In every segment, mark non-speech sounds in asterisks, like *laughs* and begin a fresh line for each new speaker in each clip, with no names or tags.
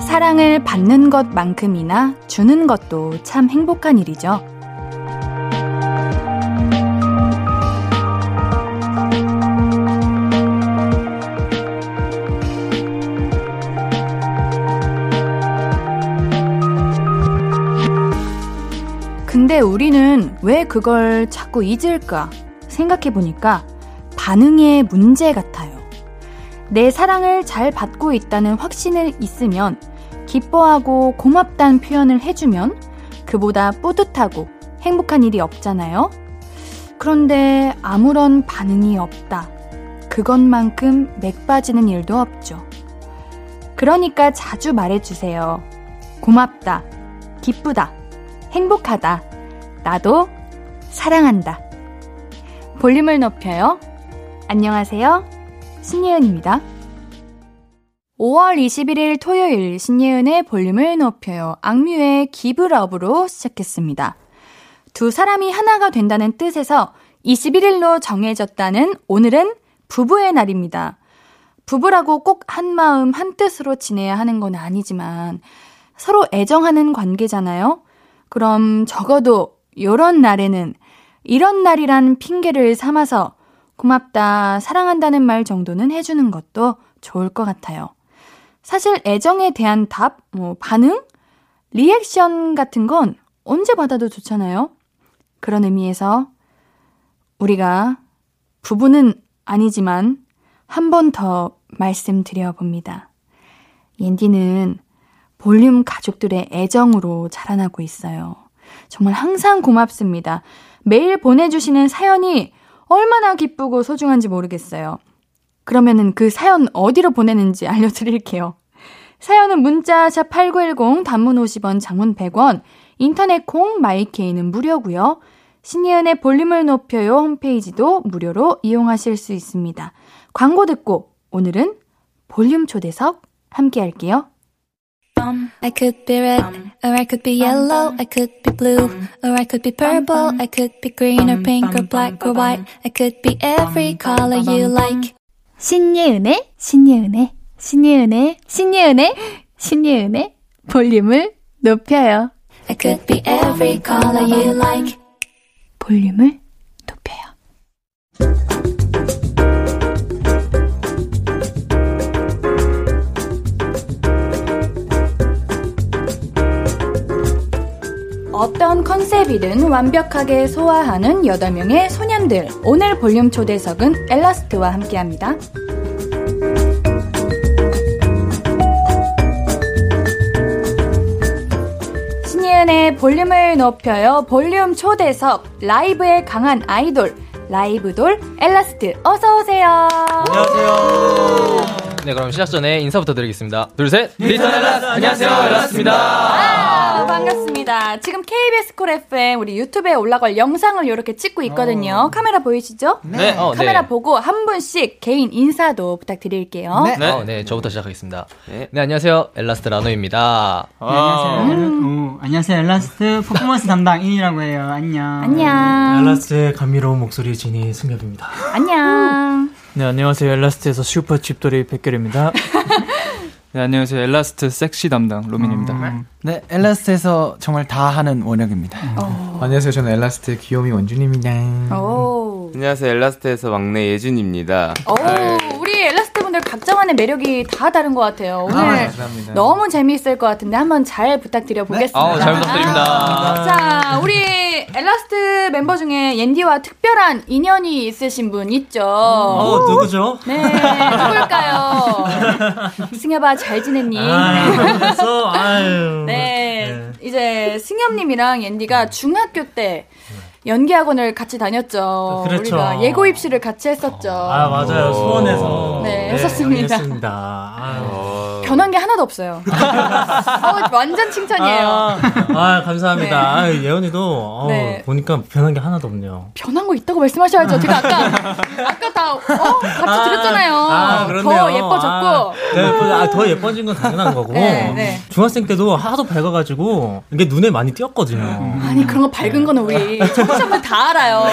사랑을 받는 것만큼이나 주는 것도 참 행복한 일이죠. 근데 우리는 왜 그걸 자꾸 잊을까 생각해보니까 반응의 문제 같아요. 내 사랑을 잘 받고 있다는 확신을 있으면 기뻐하고 고맙다는 표현을 해주면 그보다 뿌듯하고 행복한 일이 없잖아요. 그런데 아무런 반응이 없다. 그것만큼 맥 빠지는 일도 없죠. 그러니까 자주 말해주세요. 고맙다. 기쁘다. 행복하다. 나도 사랑한다. 볼륨을 높여요. 안녕하세요. 신예은입니다. 5월 21일 토요일 신예은의 볼륨을 높여요. 악뮤의 기브럽으로 시작했습니다. 두 사람이 하나가 된다는 뜻에서 21일로 정해졌다는 오늘은 부부의 날입니다. 부부라고 꼭 한 마음 한 뜻으로 지내야 하는 건 아니지만 서로 애정하는 관계잖아요. 그럼 적어도 요런 날에는 이런 날이란 핑계를 삼아서 고맙다, 사랑한다는 말 정도는 해주는 것도 좋을 것 같아요. 사실 애정에 대한 답, 뭐, 반응, 리액션 같은 건 언제 받아도 좋잖아요. 그런 의미에서 우리가 부부는 아니지만 한 번 더 말씀드려 봅니다. 옌디는 볼륨 가족들의 애정으로 자라나고 있어요. 정말 항상 고맙습니다. 매일 보내주시는 사연이 얼마나 기쁘고 소중한지 모르겠어요. 그러면은 그 사연 어디로 보내는지 *laughs* 알려드릴게요. 사연은 문자 샵 8910 단문 50원 장문 100원 인터넷 콩 마이케이는 무료고요. 신예은의 볼륨을 높여요 홈페이지도 무료로 이용하실 수 있습니다. 광고 듣고 오늘은 볼륨 초대석 함께 할게요.
I could be
Um,
red, or I could be yellow, I could be blue, or I
um,
could be purple, I could be green or pink or black or white, I could be
um,
every color you like.
신예은의, 신예은의, 신예은의, 신예은의, 신예은의 볼륨을 높여요.
I could be
um,
every color you like.
볼륨을 높여요.
어떤 컨셉이든 완벽하게 소화하는 8명의 소년들. 오늘 볼륨 초대석은 엘라스트와 함께 합니다. 신예은의 볼륨을 높여요. 볼륨 초대석. 라이브에 강한 아이돌. 라이브돌 엘라스트. 어서오세요.
안녕하세요.
네, 그럼 시작 전에 인사부터 드리겠습니다. 둘, 셋.
리턴 엘라스 안녕하세요. 엘라스입니다.
아, 반갑습니다. 지금 KBS 콜 FM 우리 유튜브에 올라갈 영상을 이렇게 찍고 있거든요. 카메라 보이시죠?
네, 어,
카메라
네.
보고 한 분씩 개인 인사도 부탁드릴게요.
네.
네. 어, 네, 저부터 시작하겠습니다. 네, 안녕하세요. 엘라스트 라노입니다.
어.
안녕하세요.
오, 음. 어, 안녕하세요. 엘라스트 퍼포먼스 담당 인이라고 해요. 안녕.
안녕.
네,
엘라스의 감미로운 목소리 지니 승엽입니다.
안녕.
네, 안녕하세요. 엘라스트에서 슈퍼 칩돌이 백결입니다. 네, 안녕하세요. 엘라스트 섹시 담당 로민입니다.
네, 엘라스트에서 정말 다 하는 원혁입니다. 안녕하세요. 저는 엘라스트의 귀요미 원준입니다.
오.
안녕하세요. 엘라스트에서 막내 예준입니다. 네.
오, 우리 엘라스트 분들 각자만의 매력이 다 다른 것 같아요. 오늘
네.
감사합니다.
너무 재미있을 것 같은데 한번 잘 부탁드려 보겠습니다.
아우, 잘 부탁드립니다.
*laughs* 자, 우리 엘라스트 멤버 중에 옌디와 특별한 인연이 있으신 분 있죠?
어, 누구죠?
네, 누굴까요? 승엽아, 잘 지냈니?
아, 그래서 아유.
네, 이제 승엽님이랑 옌디가 중학교 때 연기학원을 같이 다녔죠.
그렇죠.
우리가 예고 입시를 같이 했었죠.
아, 맞아요. 수원에서.
네, 했었습니다.
했습니다. 아유.
변한 게 하나도 없어요. 아, 완전 칭찬이에요.
아, 아, 감사합니다. 아유, 예언이도 어,
네.
보니까 변한 게 하나도 없네요.
변한 거 있다고 말씀하셔야죠. 제가
*laughs*
아까 아까 다 어? 같이 들었잖아요.
아, 그렇네요.
더 예뻐졌고. 음.
아, 더 예뻐- 아, 더 예뻐진 건 당연한 거고.
네, 네.
중학생 때도 하도 밝아가지고 이게 눈에 많이 띄었거든요.
아니 그런 거 밝은 거는 우리 청취자분 다
*laughs*
알아요.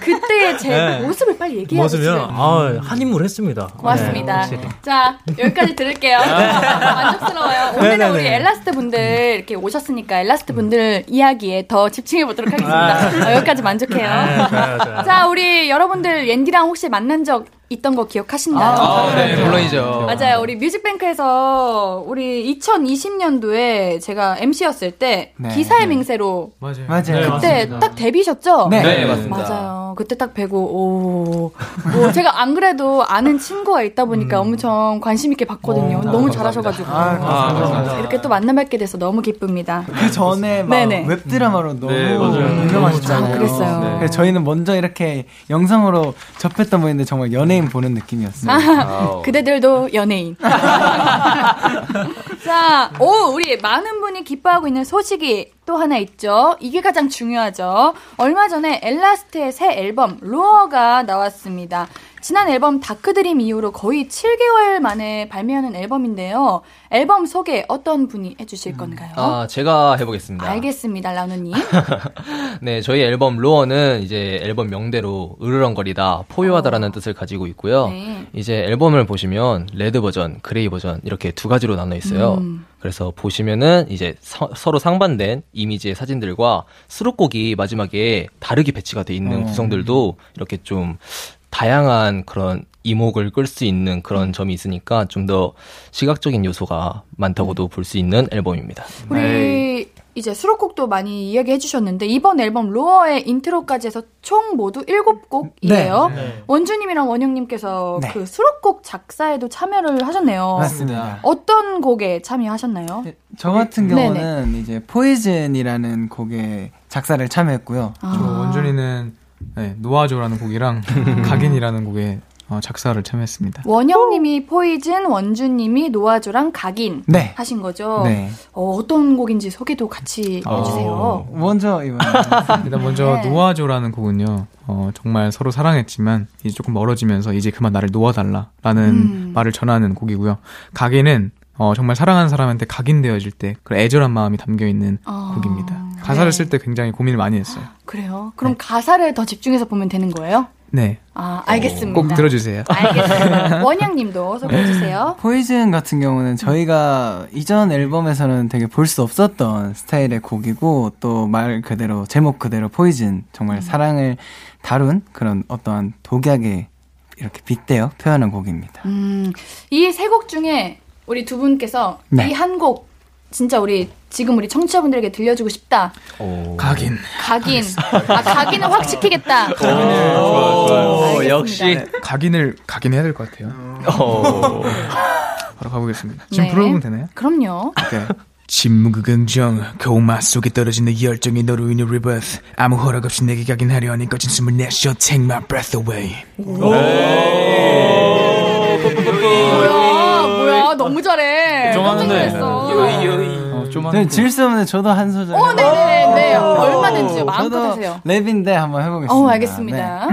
그때의 제
네.
모습을 빨리 얘기해요.
모습이요. 아, 그 한인물 했습니다.
고맙습니다. 자 여기까지 여기까지 들을게요. *laughs* 만족스러워요. 오늘은
네. 네네네.
우리 엘라스트 분들 이렇게 오셨으니까 엘라스트 분들 이야기에 더 집중해 보도록 하겠습니다. 어, 여기까지 만족해요.
아, 좋아요, 좋아요.
자, 우리 여러분들 옌디랑 혹시 만난 적 있던 거 기억하시나요?
아,
네,
어.
물론이죠.
맞아요. 우리 뮤직뱅크에서 우리 2020년도에 제가 MC였을 때
네.
기사의 맹세로
맞아요.
네,
맞아요.
그때 딱 데뷔셨죠?
네.
네, 맞습니다.
맞아요. 그때 딱 뵈고 오, 오 제가 안 그래도 아는 친구가 있다 보니까
음.
엄청 관심 있게
어,
봤거든요. 너무 잘하셔가지고
아, 감사합니다.
이렇게 또 만나뵙게 돼서 너무 기쁩니다.
그 전에 막
네네.
웹드라마로 너무
네, 맞아요.
유명하셨잖아요.
아, 그랬어요.
네. 그래서 저희는 먼저 이렇게 영상으로 접했던 분인데 정말 연예인 보는 느낌이었어요.
아우.
그대들도 연예인. *laughs* 자, 오, 우리 많은 분이 기뻐하고 있는 소식이 또 하나 있죠. 이게 가장 중요하죠. 얼마 전에 엘라스트의 새 앨범, 루어가 나왔습니다. 지난 앨범 다크드림 이후로 거의 7개월 만에 발매하는 앨범인데요. 앨범 소개 어떤 분이 해주실 건가요?
아, 제가 해보겠습니다.
알겠습니다, 라누님.
네, 저희 앨범 로어는 이제 앨범 명대로 으르렁거리다, 포효하다라는 뜻을 가지고 있고요.
어. 네.
이제 앨범을 보시면 레드 버전, 그레이 버전 이렇게 두 가지로 나눠 있어요.
음.
그래서 보시면은 이제 서, 로 상반된 이미지의 사진들과 수록곡이 마지막에 다르게 배치가 돼 있는
어.
구성들도 이렇게 좀 다양한 그런 이목을 끌 수 있는 그런
음.
점이 있으니까 좀 더 시각적인 요소가
음.
많다고도 볼 수 있는 앨범입니다.
우리
네.
이제 수록곡도 많이 이야기해 주셨는데 이번 앨범 로어의 인트로까지 해서 총 모두 7곡이에요.
네.
원주님이랑 원영님께서
네.
그 수록곡 작사에도 참여를 하셨네요.
맞습니다.
어떤 곡에 참여하셨나요?
네.
네, 저 같은
네네.
경우는 이제 포이즌이라는 곡에 작사를 참여했고요.
아.
저 원준이는 네,
*laughs*
노아조라는 곡이랑 각인이라는 곡에 어, 작사를 참여했습니다.
원영님이 포이즌, 원주님이 노아조랑 각인
네.
하신 거죠.
네.
어, 떤 곡인지 소개도 같이
어,
어.
해주세요.
먼저 이번
일단 먼저
네.
노아조라는 곡은요. 어, 정말 서로 사랑했지만 이제 조금 멀어지면서 이제 그만 나를 놓아달라라는
음.
말을 전하는 곡이고요. 각인은 어, 정말 사랑하는 사람한테 각인되어질 때 그런 애절한 마음이 담겨 있는
아,
곡입니다.
네.
가사를
아.
쓸 때 네. 굉장히 고민을 많이 했어요.
그래요. 그럼 가사를 더 집중해서 보면 되는 거예요?
네,
아, 알겠습니다. 아.
꼭 들어주세요.
*laughs*
알겠습니다. 원영님도 소개해주세요.
포이즌 같은 경우는 저희가 이전 앨범에서는 되게 볼 수 없었던 스타일의 곡이고 또 말 그대로 제목 그대로 포이즌
음.
정말 사랑을 다룬 그런 어떠한 독약에 이렇게 빗대어 표현한 곡입니다.
음, 이 세 곡 중에 우리 두 분께서
네.
이 한 곡 진짜 우리 지금 우리 청취자분들에게 들려주고 싶다.
각인.
각인. 아, 각인을 확 시키겠다.
어,
알겠습니다.
역시.
각인을 각인해야 될 것 같아요.
어.
바로 가보겠습니다. 지금
네.
불러보면 되나요?
그럼요.
오케이.
침묵은 정 고마 속에 떨어진 내 열정이 너로 인해 리버스 아무 허락 없이 내게 가긴 하려 하니 꺼진 숨을 내쉬어 Take my breath away
뭐야, 네. 뭐야, 너무 잘해. 깜짝 놀랐어.
어, 좀 하는
네, 질수 없는데 저도 한 소절.
오, 네네네. 네. 얼마든지 마음껏 하세요.
랩인데 한번 해보겠습니다. 네.
어, 알겠습니다.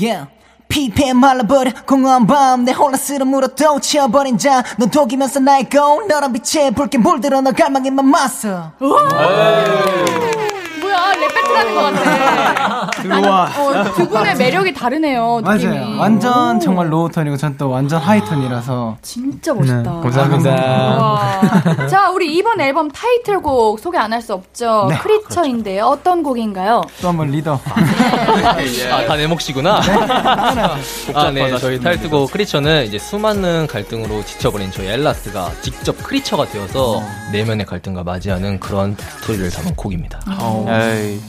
Yeah. 피폐 말라버려 공허한 밤내 혼란스러움으로 도치어버린 자넌 독이면서 나의 go 너란 빛에 붉게 물들어 너 갈망에만 맞서
뭐야, 랩 배틀하는 것 같아.
들어와
어, 두 분의 매력이 다르네요, 느낌이.
맞아요 완전 정말 로우 톤이고 전 또 완전 하이 톤이라서
진짜 멋있다.
네.
감사합니다.
와. 자, 우리 이번 앨범 타이틀곡 소개 안 할 수 없죠. 크리처인데요. 어떤 곡인가요?
또 한번 리더
아, 다 내 몫이구나. 아, 네. 저희 타이틀곡 크리처는 이제 수많은 갈등으로 지쳐버린 저희 엘라스가 직접 크리처가 되어서 내면의 갈등과 맞이하는 그런 스토리를 담은 곡입니다.
에이.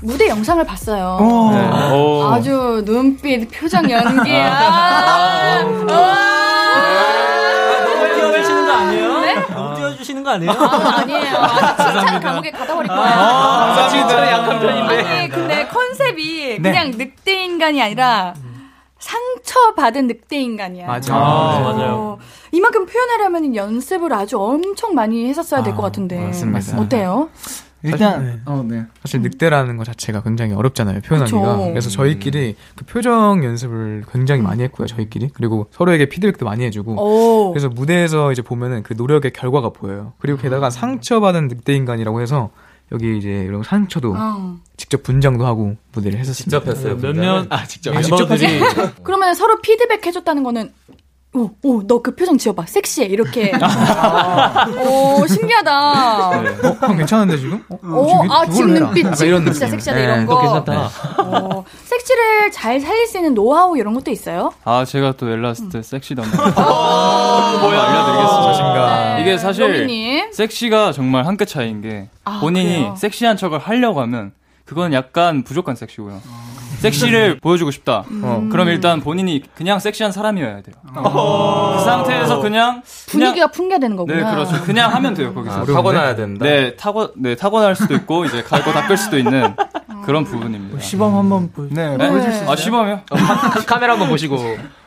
무대 영상을 봤어요.
네.
오.
아주 눈빛, 표정 연기야. 아,
네. 너무 뛰어주시는 거 아니에요?
네?
너무 뛰어주시는 거 아니에요?
아니에요. 아, 칭찬 감옥에 가다 버릴 거야.
아, 진짜 약한
아니 근데 컨셉이 그냥 늑대 인간이 아니라 상처 받은 늑대 인간이야.
맞아.
아, 맞아요.
어, 이만큼 표현하려면 연습을 아주 엄청 많이 했었어야 될 것 같은데.
아, 맞습니다.
어때요?
일단 어네
사실 늑대라는 것 자체가 굉장히 어렵잖아요 표현하기가
그쵸.
그래서 저희끼리 그 표정 연습을 굉장히 많이 했고요 저희끼리 그리고 서로에게 피드백도 많이 해주고
오.
음. 그래서 무대에서 이제 보면은 그 노력의 결과가 보여요 그리고
음.
게다가 상처받은 늑대 인간이라고 해서 여기 이제 이런 상처도
어.
직접 분장도 하고 무대를 했었습니다
했어요.
몇몇
아 직접.
멤버들이
그러면 서로 피드백 해줬다는 거는 오, 오, 너 그 표정 지어봐. 섹시해.
*laughs*
이렇게. 오, 신기하다.
네. 어, 형 괜찮은데 지금? 어,
오, 아,
그걸로
지금
해라.
눈빛,
약간
지금
이런
눈빛 진짜
느낌.
섹시하다,
네,
이런
그거
거.
괜찮다.
오, 섹시를 잘 살릴 수 있는 노하우 이런 것도 있어요?
아 제가 또 엘라스트
*laughs*
섹시 담당
어, 뭐야.
알려드리겠습니다.
자신감. 네,
이게 사실
로미님.
섹시가 정말 한 끗 차이인 게
아,
본인이
그래요?
섹시한 척을 하려고 하면 그건 약간 부족한 섹시고요. 섹시를 보여주고 싶다.
음.
그럼 일단 본인이 그냥 섹시한 사람이어야 돼요. 그 상태에서 그냥
분위기가 풍겨되는
네,
거구나.
그렇죠. 그냥 하면 돼요, 거기서.
아, 타고나야 된다.
네, 타고, 네, 타고날 수도 있고, 이제 갈고 닦을 수도 있는
아.
그런 부분입니다.
뭐
음.
시범 한번 보여. 네, 보여줄 수 있어요.
아, 시범이요? 카메라 한번 보시고.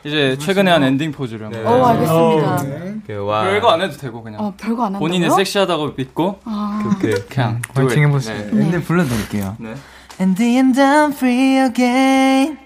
이제 최근에 한 엔딩 포즈를
네.
한번. 아,
오, 어,
어, 아.
알겠습니다.
와.
별거 안 해도 되고, 그냥.
어, 별거 안 한다고요?
본인은 섹시하다고 믿고,
아.
네.
그냥.
화이팅
해보세요.
네.
엔딩 불러드릴게요.
네.
And the end I'm free again.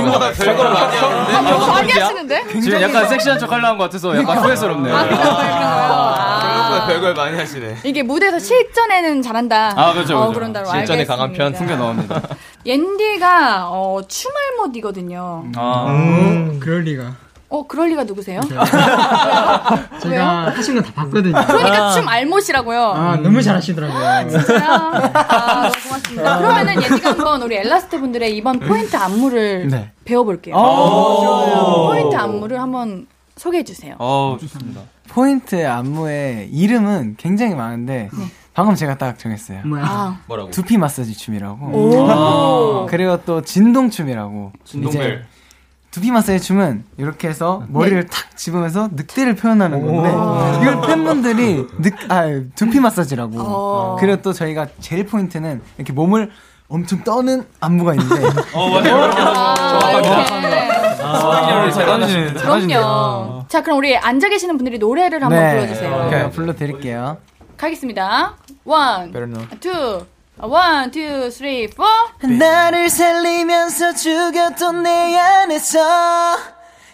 이거보다 별걸 많이 하는데?
아, 너무 많이 하시는데?
지금 약간 섹시한 척 하려는 것 같아서
그러니까.
약간 후회스럽네요.
아, 그런가요? 그런가요? 아.
별걸 많이 하시네.
이게 무대에서 실전에는 잘한다.
아, 그렇죠.
어,
그렇죠.
그런다로
실전에
알겠습니다.
강한 편
풍겨 나옵니다.
*laughs* 옌디가 어, 추말 못이거든요.
아.
음. 그럴 리가.
어, 그럴 리가 누구세요?
아,
제가 하신 거 다 봤거든요.
그러니까
아.
춤 알못이라고요. 아,
아, 너무 잘하시더라고요.
고맙습니다. 그러면은 옌디가 한번 우리 엘라스트 분들의 이번 포인트 안무를
네.
배워볼게요.
아,
오, 좋아요.
포인트 안무를 한번 소개해주세요.
어, 좋습니다.
포인트 안무의 이름은 굉장히 많은데
네.
방금 제가 딱 정했어요.
뭐야?
아.
뭐라고?
두피 마사지
오.
춤이라고. 그리고 또 진동 춤이라고.
진동벨.
이제 두피 마사지 춤은 이렇게 해서 머리를
네.
탁 집으면서 늑대를 표현하는 건데 이걸 팬분들이 늑, 아, 두피 마사지라고.
어.
그리고 또 저희가 제일 포인트는 이렇게 몸을 엄청 떠는 안무가 있는데.
어,
아,
잘하시네.
그럼요. 자, 그럼 우리 앉아 계시는 분들이 노래를 *laughs* 한번
네.
불러주세요.
제가 불러드릴게요.
가겠습니다. 원, 투, 원, 투, 쓰리, 포.
나를 살리면서 죽였던 내 안에서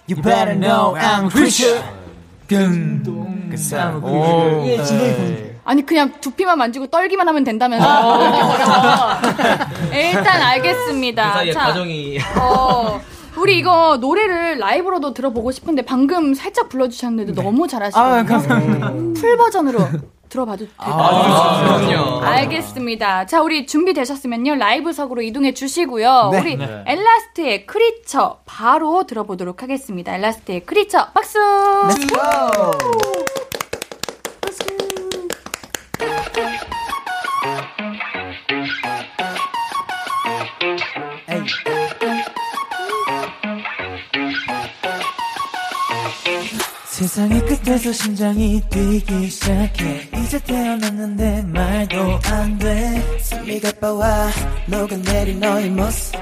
You better know I'm creature
그 사람. 오.
예, 진동벨.
아니 그냥 두피만 만지고 떨기만 하면 된다면서
아.
일단
그
알겠습니다.
사이에
자,
가정이.
예.
어, 우리 이거 노래를 라이브로도 들어보고 싶은데 방금 살짝 불러주셨는데 도 너무
아,
잘하시거든요. 음,
감사합니다.
풀 버전으로 들어봐도 될까요?
아, 그럼요.
알겠습니다. 자, 우리 준비되셨으면요. 라이브석으로 이동해 주시고요.
네.
우리
네.
엘라스트의 크리처 바로 들어보도록 하겠습니다. 엘라스트의 크리처 박수!
네.
세상의 끝에서 심장이 뛰기 시작해 이제 태어났는데 말도 안돼 숨이 가빠와 녹아내린 너의 모습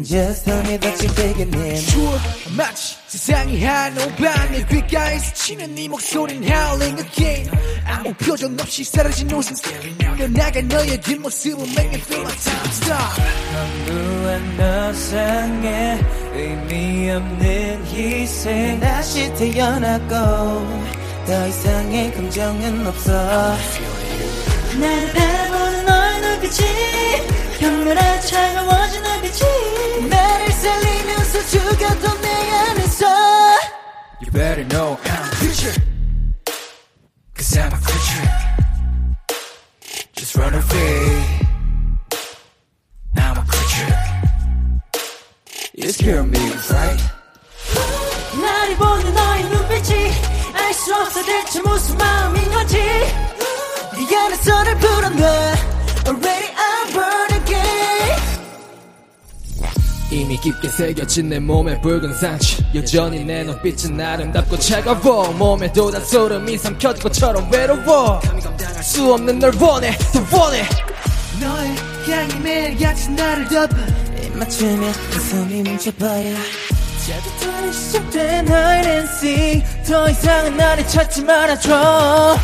Just tell me that you digging in
추워 마치 세상이 한오반 내 귓가에서 치는 네 목소린 howling again 아무 표정 없이 사라진 웃음 떠나간 너의 뒷모습은 make me feel like top star
무한 너상의 의미 없는 희생 다시 태어났고 더 이상의 감정은 없어
나를 바라보는 너의 눈빛이 현물에 차가워진 눈빛이 나를 살리면서 죽였던 내 안에서
You better know I'm a creature Cause I'm a creature Just run away I'm a creature It's killing me, right?
나를 보는 너의 눈빛이 알 수 없어 대체 무슨 마음인 건지
네 안에서 를 불어넣어 Already I'm burning again
이미 깊게 새겨진 내 몸에 붉은 상처 여전히 내 눈빛은 아름답고 차가워 몸에 돋아 소름이 삼켜진 것처럼 외로워 감히 감당할 수 없는 널 원해 더 원해
너의 향이 매일같이 나를 덮어 입맞춤에 가슴이 뭉쳐버려 자주터는 시작된 하이랜싱 더 이상은 나를 찾지 말아줘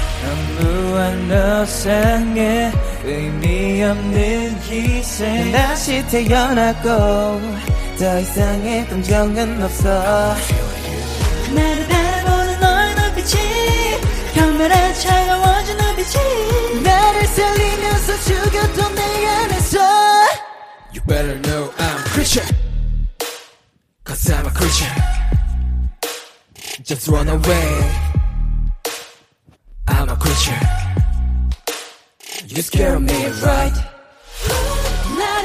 무한 너상의 의미 없는
난 다시 태어났고 더 이상의 감정은 없어
나를 바라보는 너의 눈빛이 경멸에 차가워진 눈빛이 나를 살리면서 죽였던 내 안에서
You better know I'm a creature
Cause I'm a creature Just run away I'm a creature You scare me right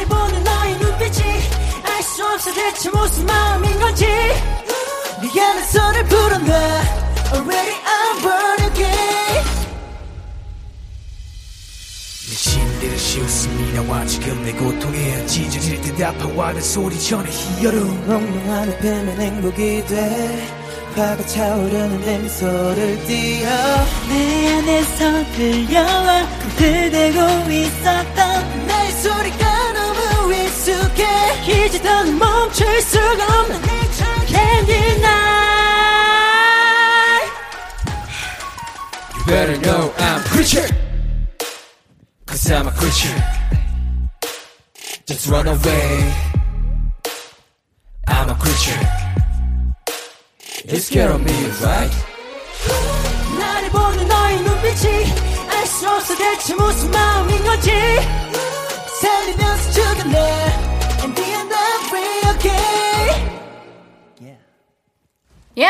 나를 보는 너의 눈빛이 알 수 없어 대체 무슨 마음인 건지
네 안에 손을 풀어놔 Already I'm born again
내 심리를 씌웠음이 나와 지금 내 고통에 찢어질 듯 아파와는 소리 전에 희열음
몽롱한 앞에만 행복이 돼 파가 차오르는 엠소를 띄어 내 안에서 들려와 꿈틀대고 있었던 나의 소리가 너무 익숙해
이제 더는 멈출 수가 없는 Candy night
You better know I'm a creature Cause I'm a creature Just run away I'm a creature You scared of me right
나를 보는 너의 눈빛이 알 수 없어 대체 무슨 마음인 건지
살리면서 죽은 내 And the end of real okay
야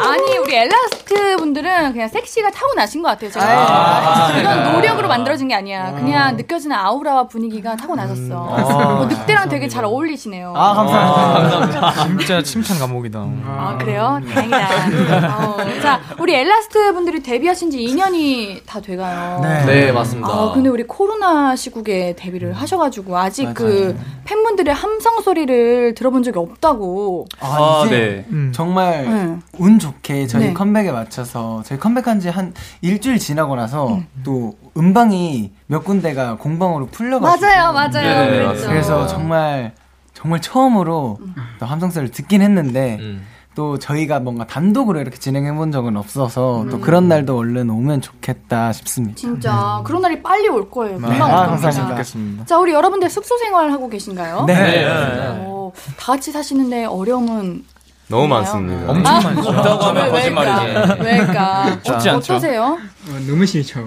아니 우리 엘라스트 분들은 그냥 섹시가 타고나신 것 같아요. 제가
아,
봤을 때.
아,
그건
아.
노력으로 만들어진 게 아니야. 그냥 느껴지는 아우라와 분위기가 타고나셨어. 뭐 늑대랑 되게 잘 어울리시네요.
아, 감사합니다.
진짜 칭찬 감옥이다.
아, 그래요? 다행이다. 어, 자, 우리 엘라스트 분들이 데뷔하신 지 2년이 다 돼가요.
네. 네, 맞습니다.
아, 근데 우리 코로나 시국에 데뷔를 하셔가지고 아직 그 팬분들의 함성 소리를 들어본 적이 없다고.
아,
아,
이제
음.
정말
네.
운 좋게 저희
네.
컴백에 맞춰서 저희 컴백한 지 한 일주일 지나고 나서 또 음방이 몇 군데가 공방으로 풀려가지고
맞아요, 맞아요.
네, 그랬죠.
그래서 정말 정말 처음으로 또 함성사를 듣긴 했는데
음.
또 저희가 뭔가 단독으로 이렇게 진행해 본 적은 없어서 또
음.
그런 날도 얼른 오면 좋겠다 싶습니다.
진짜 그런 날이 빨리 올 거예요.
네.
금방 올
아,
겁니다.
감사합니다. 좋겠습니다.
자, 우리 여러분들 숙소 생활 하고 계신가요?
네. 네. 네.
어, 다 같이 사시는데 어려움은
너무 많습니다.
엄청
아,
많죠.
없다고 하면
왜일까?
거짓말이지.
왜일까?
쉽지
어,
않죠.
어떠세요?
너무 싫죠.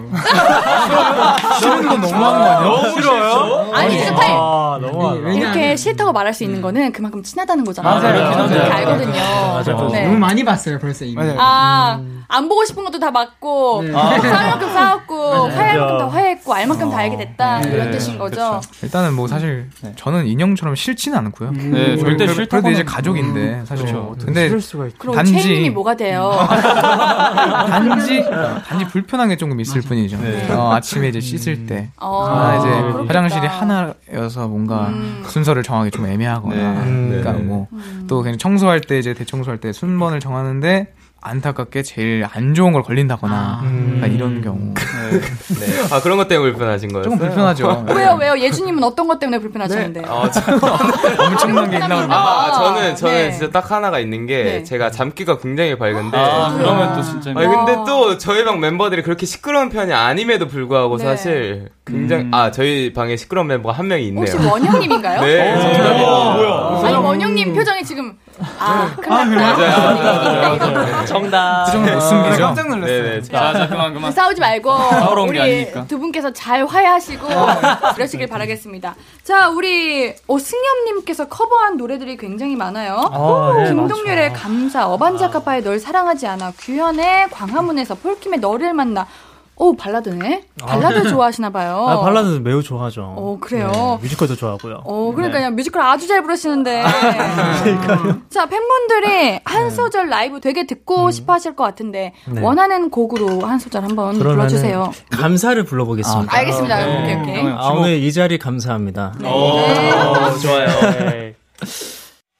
싫은 건
너무한 거 아니야? 너무
싫어요?
아니,
아니,
스타일.
아, 너무하다.
이렇게 싫다고 말할 수
음.
있는 거는 그만큼 친하다는 거잖아요.
맞아요.
그렇게
맞아요.
이렇게
맞아요.
알거든요.
맞아요.
네.
너무 많이 봤어요, 벌써 이미.
아, 안 보고 싶은 것도 다 맞고,
아.
싸울 만큼 싸웠고,
맞아요.
화해할 만큼
맞아.
다 화해했고, 알 만큼 다 알게 됐다.
네.
이런 뜻인 거죠.
일단은 뭐 사실 저는 인형처럼 싫지는 않고요.
네, 절대
그래도-
싫다고는-
그래도 이제 가족인데 사실.
그렇죠.
네.
어떻게
근데
싫을 수가 있죠.
음. 그럼 체인님이
단지
뭐가 돼요?
단지 단지 불편한 게 조금 있을 뿐이죠. 어, 아침에 이제 씻을 때,
어,
아, 이제
그렇겠다.
화장실이 하나여서 뭔가 순서를 정하기 좀
네.
애매하거나,
음.
그러니까 뭐또 그냥 청소할 때 이제 대청소할 때 순번을 정하는데 안타깝게 제일 안 좋은 걸 걸린다거나
음.
그러니까 이런 경우.
아 그런 것 때문에 불편하신 거예요?
조금
어.
불편하죠. 네.
왜요, 왜요? 예주님은 어떤 것 때문에 불편하셨는데?
아, 저...
*laughs*
엄청난
게 있나 보다.
아, 저는 저는
네.
진짜 딱 하나가 있는 게
네.
제가 잠귀가 굉장히 밝은데.
아, 그러면 또 진짜
아니 근데
어.
또 저희 방 멤버들이 그렇게 시끄러운 편이 아님에도 불구하고
네.
사실 굉장히
음.
아 저희 방에 시끄러운 멤버가 한 명이 있네요.
혹시 원영님인가요?
*laughs* 네, 정답이다.
아니, 원영님 표정이 지금, 아, 끝났다. 네.
맞아요. 정답.
그 정도 못 숨기죠? 깜짝
놀랐어요.
자, 자, 그만, 그만.
싸우지 말고
싸우러 온게
우리
아니니까.
두 분께서 잘 화해하시고 그러시길 바라겠습니다. 자 우리 어, 승엽님께서 커버한 노래들이 굉장히 많아요.
아, 네,
김동률의 감사, 어반자카파의 널 사랑하지 않아, 규현의 광화문에서 폴킴의 너를 만나. 오 발라드네. 발라드
아.
좋아하시나 봐요.
아, 발라드 매우 좋아하죠.
어, 그래요?
네, 뮤지컬도 좋아하고요.
어, 그러니까요. 뮤지컬 아주 잘 부르시는데. 음. 자, 팬분들이 한 소절 라이브 되게 듣고 싶어 하실 것 같은데,
네.
원하는 곡으로 한 소절 한번
그러면은
불러주세요.
감사를 불러보겠습니다.
아, 알겠습니다. 오케이, 오케이.
아, 오늘 이 자리 감사합니다.
좋아요.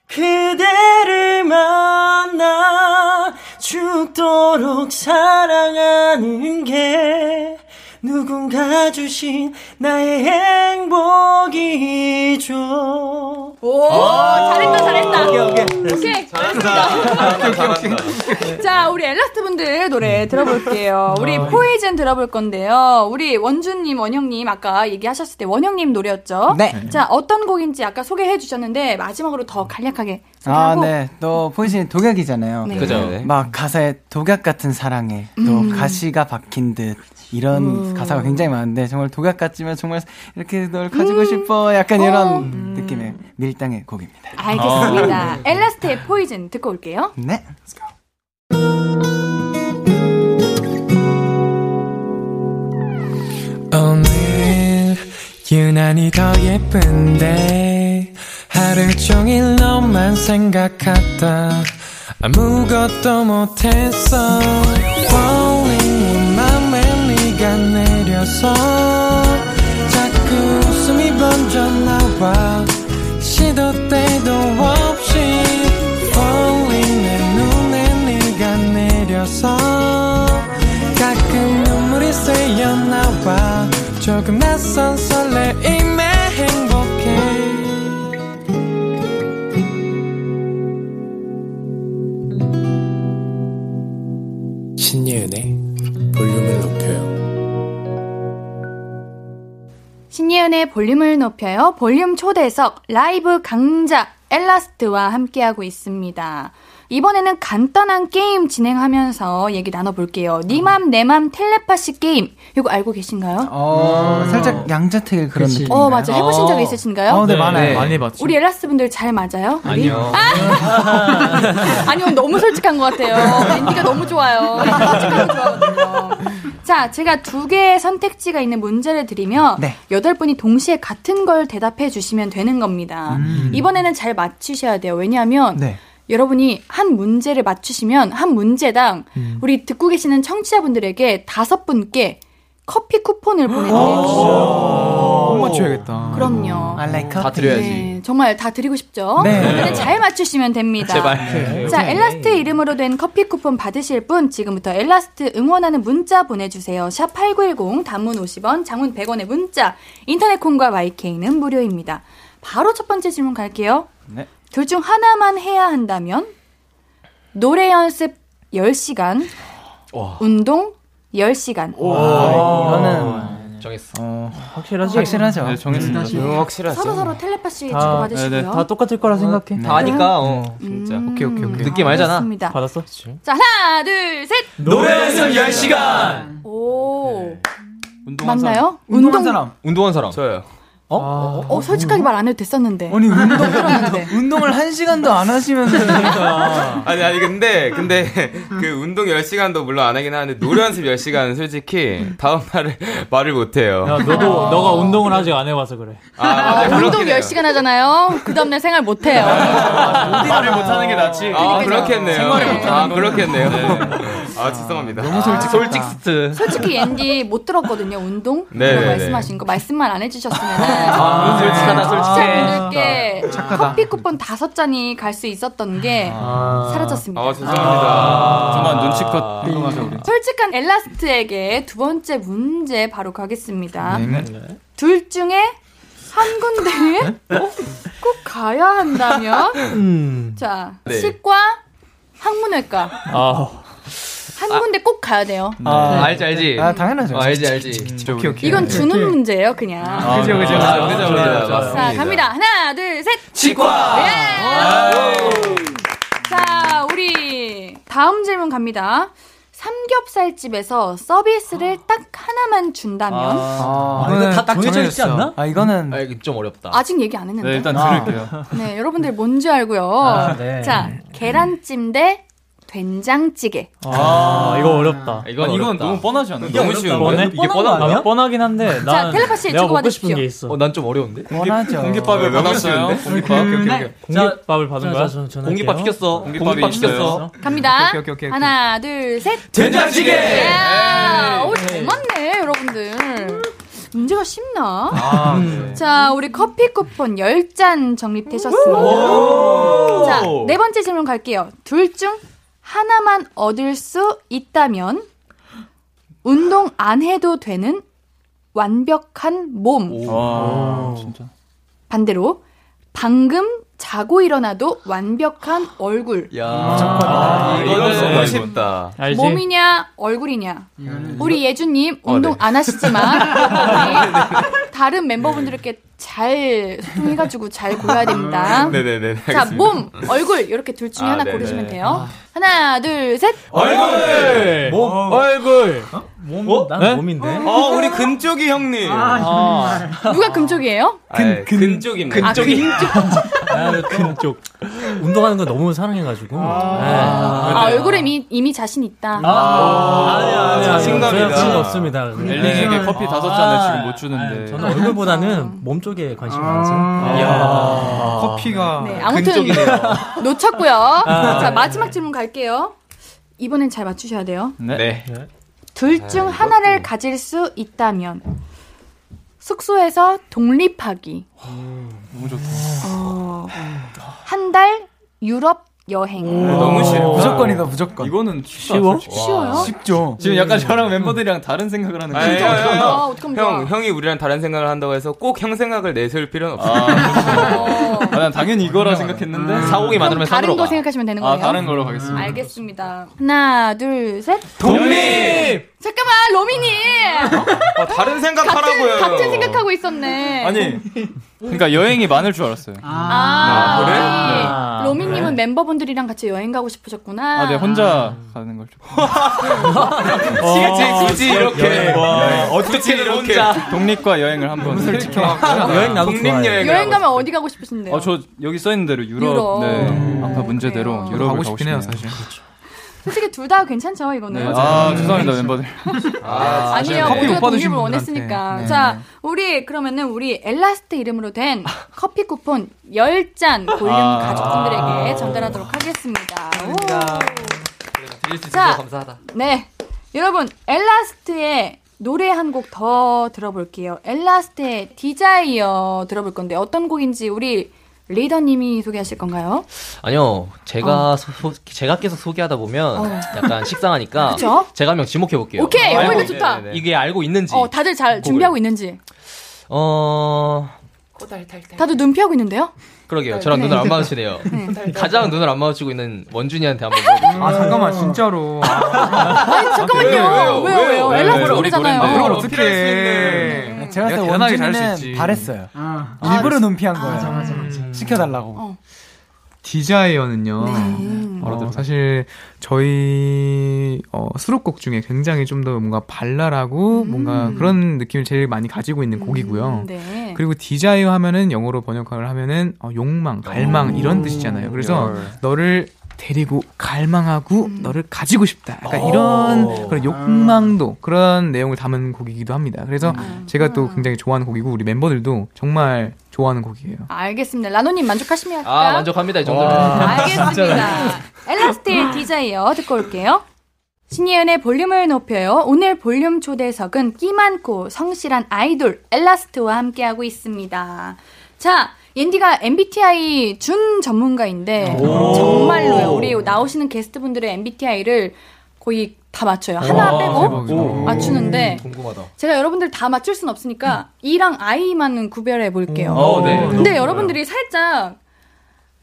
그대를 만나 죽도록 사랑하는 게 누군가 주신 나의 행복이죠.
오, 잘했다, 잘했다.
오케이, 오케이.
오케이.
잘한다.
*laughs* 자, 우리 엘라스트 분들 노래 들어볼게요. 우리 포이즌 들어볼 건데요. 우리 원준님, 원영님, 아까 얘기하셨을 때 원영님 노래였죠?
네.
자, 어떤 곡인지 아까 소개해 주셨는데, 마지막으로 더 간략하게
아,
소개하고.
네. 또 포이즌이 독약이잖아요.
네. 그죠.
막 가사에 독약 같은 사랑에 또
음.
가시가 박힌 듯 이런
음.
가사가 굉장히 많은데
음.
정말
어.
독약 같지만 정말 이렇게 널 가지고 싶어 약간 이런 느낌의 밀당의 곡입니다.
알겠습니다. 엘라스트의 포이즌 듣고 올게요.
네.
오늘 유난히 더 예쁜데 하루 종일 너만 생각하다 아무것도 못했어 Falling 내 맘에 네가 내려서 자꾸 웃음이 번져나와 시도 때도 없이 Falling 내 눈에 네가 내려서 가끔 눈물이 새어나와 조금 낯선 설레임에 행복해 신예은의 볼륨을 높여요
신예은의 볼륨을 높여요. 볼륨 초대석 라이브 강자 엘라스트와 함께하고 있습니다. 이번에는 간단한 게임 진행하면서 얘기 나눠볼게요. 니맘 내맘 텔레파시 게임 이거 알고 계신가요?
어, 살짝 양자택일 그런
그치.
느낌.
어, 맞아. 해보신 적 있으신가요?
네. 어, 네,
네,
많아요.
네.
많이 해봤죠.
우리 엘라스트 분들 잘 맞아요? 우리?
아니요.
*laughs* 아니, 오늘 너무 솔직한 것 같아요. 앤디가 너무 좋아요. 솔직한 거 좋아하거든요. 자, 제가 두 개의 선택지가 있는 문제를 드리며
네.
여덟 분이 동시에 같은 걸 대답해 주시면 되는 겁니다.
음.
이번에는 잘 맞추셔야 돼요. 왜냐하면
네.
여러분이 한 문제를 맞추시면 한 문제당
음.
우리 듣고 계시는 청취자분들에게 다섯 분께 커피 쿠폰을
어.
보내드려요.
못 맞춰야겠다.
그럼요.
I like
다 드려야지.
네, 정말 다 드리고 싶죠?
네.
그러면 잘 맞추시면 됩니다.
제발.
자, 엘라스트 이름으로 된 커피 쿠폰 받으실 분 지금부터 엘라스트 응원하는 문자 보내주세요. 샵 8910 단문 50원, 장문 100원의 문자. 인터넷 콩과 YK는 무료입니다. 바로 첫 번째 질문 갈게요.
네.
둘 중 하나만 해야 한다면 노래 연습 10시간, 운동 10시간.
어,
이거는 정했어.
확실하지?
확실하죠.
네, 정했습니다.
확실하죠.
서로 서로 텔레파시
다,
주고 받으시고요. 음,
네네, 다 똑같을 거라
네.
생각해.
다 아니까, 어. 진짜. 오케이, 오케이, 오케이. 느낌 알잖아.
알겠습니다.
받았어?
자, 하나, 둘, 셋.
노래 연습
10시간.
오.
운동한
맞나요?
운동한 사람. 운동한 사람. 저요. 어?
어, 솔직하게 말 안 해도 됐었는데. 네.
아니, 운동을 한 시간도 안 하시면서 그러니까.
아니 아니 근데 근데 그 운동 10시간도 물론 안 하긴 하는데 노래 연습 10시간은 솔직히 다음 날을 *laughs* 말을 못 해요.
야, 너도 너가 운동을 아직 안 해봐서 그래.
아,
아,
운동 10시간 하잖아요. 그 다음날 생활 못해요.
말을 못 하는 게 낫지. 아, 그렇겠네요.
생활을 못 하는
아,
건.
그렇겠네요. *laughs* 아, 죄송합니다. 너무
솔직했다.
아,
솔직스트.
솔직히 앤디 못 들었거든요. 운동?
네,
이런
네,
말씀하신 거. 말씀만 안 해주셨으면.
아, 솔직하다, 솔직해.
솔직해. 커피 쿠폰 다섯 잔이 갈 수 있었던 게 사라졌습니다.
아, 죄송합니다. 정말 눈치껏
궁금하죠,
우리.
아. 솔직한 엘라스트에게 두 번째 문제 바로 가겠습니다.
네.
둘 중에 한 군데에 어? 꼭 가야 한다면?
음.
자,
네.
치과, 항문외과.
아,
한 군데 꼭 가야 돼요.
아, 알지, 알지.
아, 당연하죠.
어, 알지, 알지. 오케이, 오케이.
이건 주는 문제예요, 그냥.
그죠, 그죠.
아, 그죠, 그죠.
자, 갑니다. 하나, 둘, 셋. 예!
치과!
자, 우리 다음 질문 갑니다. 삼겹살집에서 서비스를 딱 하나만 준다면?
아,
이거는
이거 다
딱
정해져 있지
정해졌어.
않나?
아, 이거는.
아, 이게 좀 어렵다.
아직 얘기 안 했는데.
네, 일단 들을게요.
네, 여러분들 뭔지 알고요.
아, 네.
자, 계란찜 대 된장찌개.
아, 이거 어렵다.
이건
아니, 이건
어렵다.
너무
뻔하지
않나?
이게
어렵다.
쉬운데?
뻔해?
이게
뻔한
뻔한
거
거야?
아니야? 뻔하긴 한데
자,
난
텔레파시
내가 먹고
찍어받으십시오.
싶은 게 있어.
어, 난 좀 어려운데?
원하죠.
아, 네,
공깃밥을 받았어요. 공깃밥.
공깃밥을 받은 거야?
공깃밥 시켰어. 공깃밥 시켰어.
갑니다.
네, 오케이, 오케이, 오케이, 오케이.
하나, 둘, 셋.
된장찌개!
이야, 오, 잘 맞네, 여러분들. 문제가 쉽나?
아, 음. 네.
자, 우리 커피 쿠폰 10잔 적립되셨습니다. 자, 네 번째 질문 갈게요. 둘 중 하나만 얻을 수 있다면 운동 안 해도 되는 완벽한 몸.
아,
와, 진짜.
반대로 방금 자고 일어나도 완벽한 얼굴.
아, 이거는 아, 너무 쉽다.
몸이냐 얼굴이냐. 우리 예준님 운동
네. *laughs*
안 하시지만 다른 멤버분들께 잘 소통해가지고 잘 골라야 됩니다.
음, 네네네.
아? 자, 뭐? 몸, 얼굴 이렇게 둘 중에
아,
하나
네네.
고르시면 돼요. 하나, 둘, 셋.
얼굴!
몸!
얼굴!
몸?
난
몸인데.
어, 우리 금쪽이 형님. 아, 예,
아.
누가 금쪽이에요?
근, 근, 쪽입니다
아, 근쪽. 운동하는 거 너무 사랑해가지고. 네.
아, 얼굴에 이미, 이미 자신 있다.
아,
아니야, 아니야.
자신감이다.
저는 그런 거 없습니다.
엘링에게
네.
커피
아,
다섯 잔을 지금 못 주는데.
저는 얼굴보다는 몸 쪽에 관심이 많아서.
이야.
커피가
네, 아무튼 놓쳤고요.
아.
네.
자, 마지막 질문 갈게요. 이번엔 잘 맞추셔야 돼요.
네.
네,
둘 중 하나를 가질 수 있다면 숙소에서 독립하기. 어,
너무 좋다. 아.
한 달 유럽 여행.
너무 싫어.
아. 무조건이다, 무조건. 어?
이거는
쉬워?
쉬워요?
쉽죠.
지금 약간 저랑 멤버들이랑 다른 생각을 하는
아니,
거예요.
아니, 아니,
아,
아니.
어떡하면
형, 형이 우리랑 다른 생각을 한다고 해서 꼭 형 생각을 내세울 필요는 없어.
아, 난 당연히 이거라 생각했는데
사공이 많으면
다른
산으로
거
가.
생각하시면 되는
아,
거예요.
다른 걸로
음.
가겠습니다.
알겠습니다. 하나, 둘, 셋.
독립!
잠깐만, 로미님.
어,
아, 다른
같은, 같은 생각하고 있었네.
아니, 그러니까 여행이 많을 줄 알았어요.
아,
그래?
우리
아,
로미님은 멤버분들이랑 같이 여행 가고 싶으셨구나.
아, 네, 혼자 가는 걸 좀.
굳이, 굳이 이렇게.
어, 어떻게
이렇게.
독립과 여행을 한번
솔직해갖고. 여행 나도 독립 좋아해요. 여행을
여행 가면 어디 가고 싶으신데요?
어, 저 여기 써 있는 대로 유럽.
유럽. 음.
네.
음.
아까 문제대로 유럽을
가고
가고
싶긴
싶네요,
해요, 사실.
솔직히 둘 다 괜찮죠,
네.
이거는.
아, 죄송합니다, 멤버들.
아, 니에요
커피
모두가 독립을
못 받으신 분들한테.
원했으니까.
네.
자, 우리 그러면은 우리 엘라스트 이름으로 된 커피 쿠폰 10잔 볼륨
아.
가족분들에게 전달하도록 하겠습니다.
드릴 수
자.
있어서 감사하다.
네. 여러분, 엘라스트의 노래 한 곡 더 들어볼게요. 엘라스트의 디자이어 들어볼 건데 어떤 곡인지 우리 리더님이 소개하실 건가요?
아니요, 제가 소- 소- 제가 계속 소개하다 보면
어.
약간 식상하니까
*laughs* 그쵸?
제가 한명 지목해 볼게요.
오케이, 어, 이거 좋다.
이게 알고 네. 있는지.
어, 다들 잘 준비하고 있는지.
어,
다들 눈 피하고 있는데요?
그러게요. 저랑
*laughs* 네. 음.
눈을 안 마주치네요. 음, 가장 눈을 안 마주치고 있는 원준이한테 한번. 물어볼게요.
아 잠깐만
네.
진짜로.
아니 잠깐만요. 왜요? 왜요? 엘라스트 노래잖아요. 네,
그걸 어떻게?
음, 제가 봤을 때
네. 대단하게 잘할 수
원준이는
있지.
잘했어요. 일부러 눈피한 거예요. 시켜달라고.
디자이어는요.
음.
어, 사실 저희 어, 수록곡 중에 굉장히 좀 더 뭔가 발랄하고
음.
뭔가 그런 느낌을 제일 많이 가지고 있는 곡이고요.
네.
그리고 디자이어 하면은 영어로 번역을 하면은 어, 욕망, 갈망 이런 뜻이잖아요. 그래서
열.
너를 데리고 갈망하고 너를 가지고 싶다. 약간 이런 그런 욕망도 그런 내용을 담은 곡이기도 합니다. 그래서 제가 또 굉장히 좋아하는 곡이고 우리 멤버들도 정말 좋아하는 곡이에요.
알겠습니다. 라노님 만족하십니까?
아, 만족합니다 이 정도면. 아,
알겠습니다. *laughs* 엘라스트의 디자이어 듣고 올게요. 신예은의 볼륨을 높여요. 오늘 볼륨 초대석은 끼 많고 성실한 아이돌 엘라스트와 함께하고 있습니다. 자, 옌디가 MBTI 준 전문가인데 정말로요. 우리 나오시는 게스트분들의 MBTI를 거의 다 맞춰요. 하나 빼고 맞추는데
궁금하다.
제가 여러분들 다 맞출 순 없으니까 E랑 I만 구별해 볼게요.
오, 네.
근데 여러분들이 살짝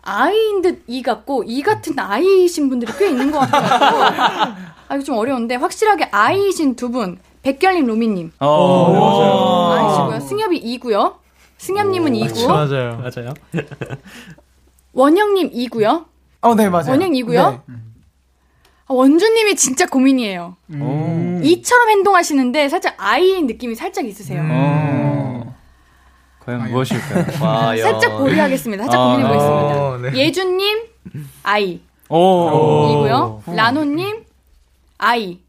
I인 듯 E 같고 E 같은 I이신 분들이 꽤 있는 것 같아요. 아 이거 좀 어려운데 확실하게 I이신 두 분, 백결님, 로미님
어, 네, 맞아요.
I시고요. 승엽이 E고요. 승엽님은 E고,
맞아요. 맞아요.
원영님 E고요.
어, 네, 맞아요.
원영 E고요. 아, 원주님이 진짜 고민이에요.
오.
E처럼 행동하시는데 살짝 I인 느낌이 살짝 있으세요.
*laughs*
과연 무엇일까요?
아, 살짝 고려하겠습니다. 살짝
아,
고민해 보겠습니다.
어, 네.
예준님 아이
오.
이고요. 라노님 아이.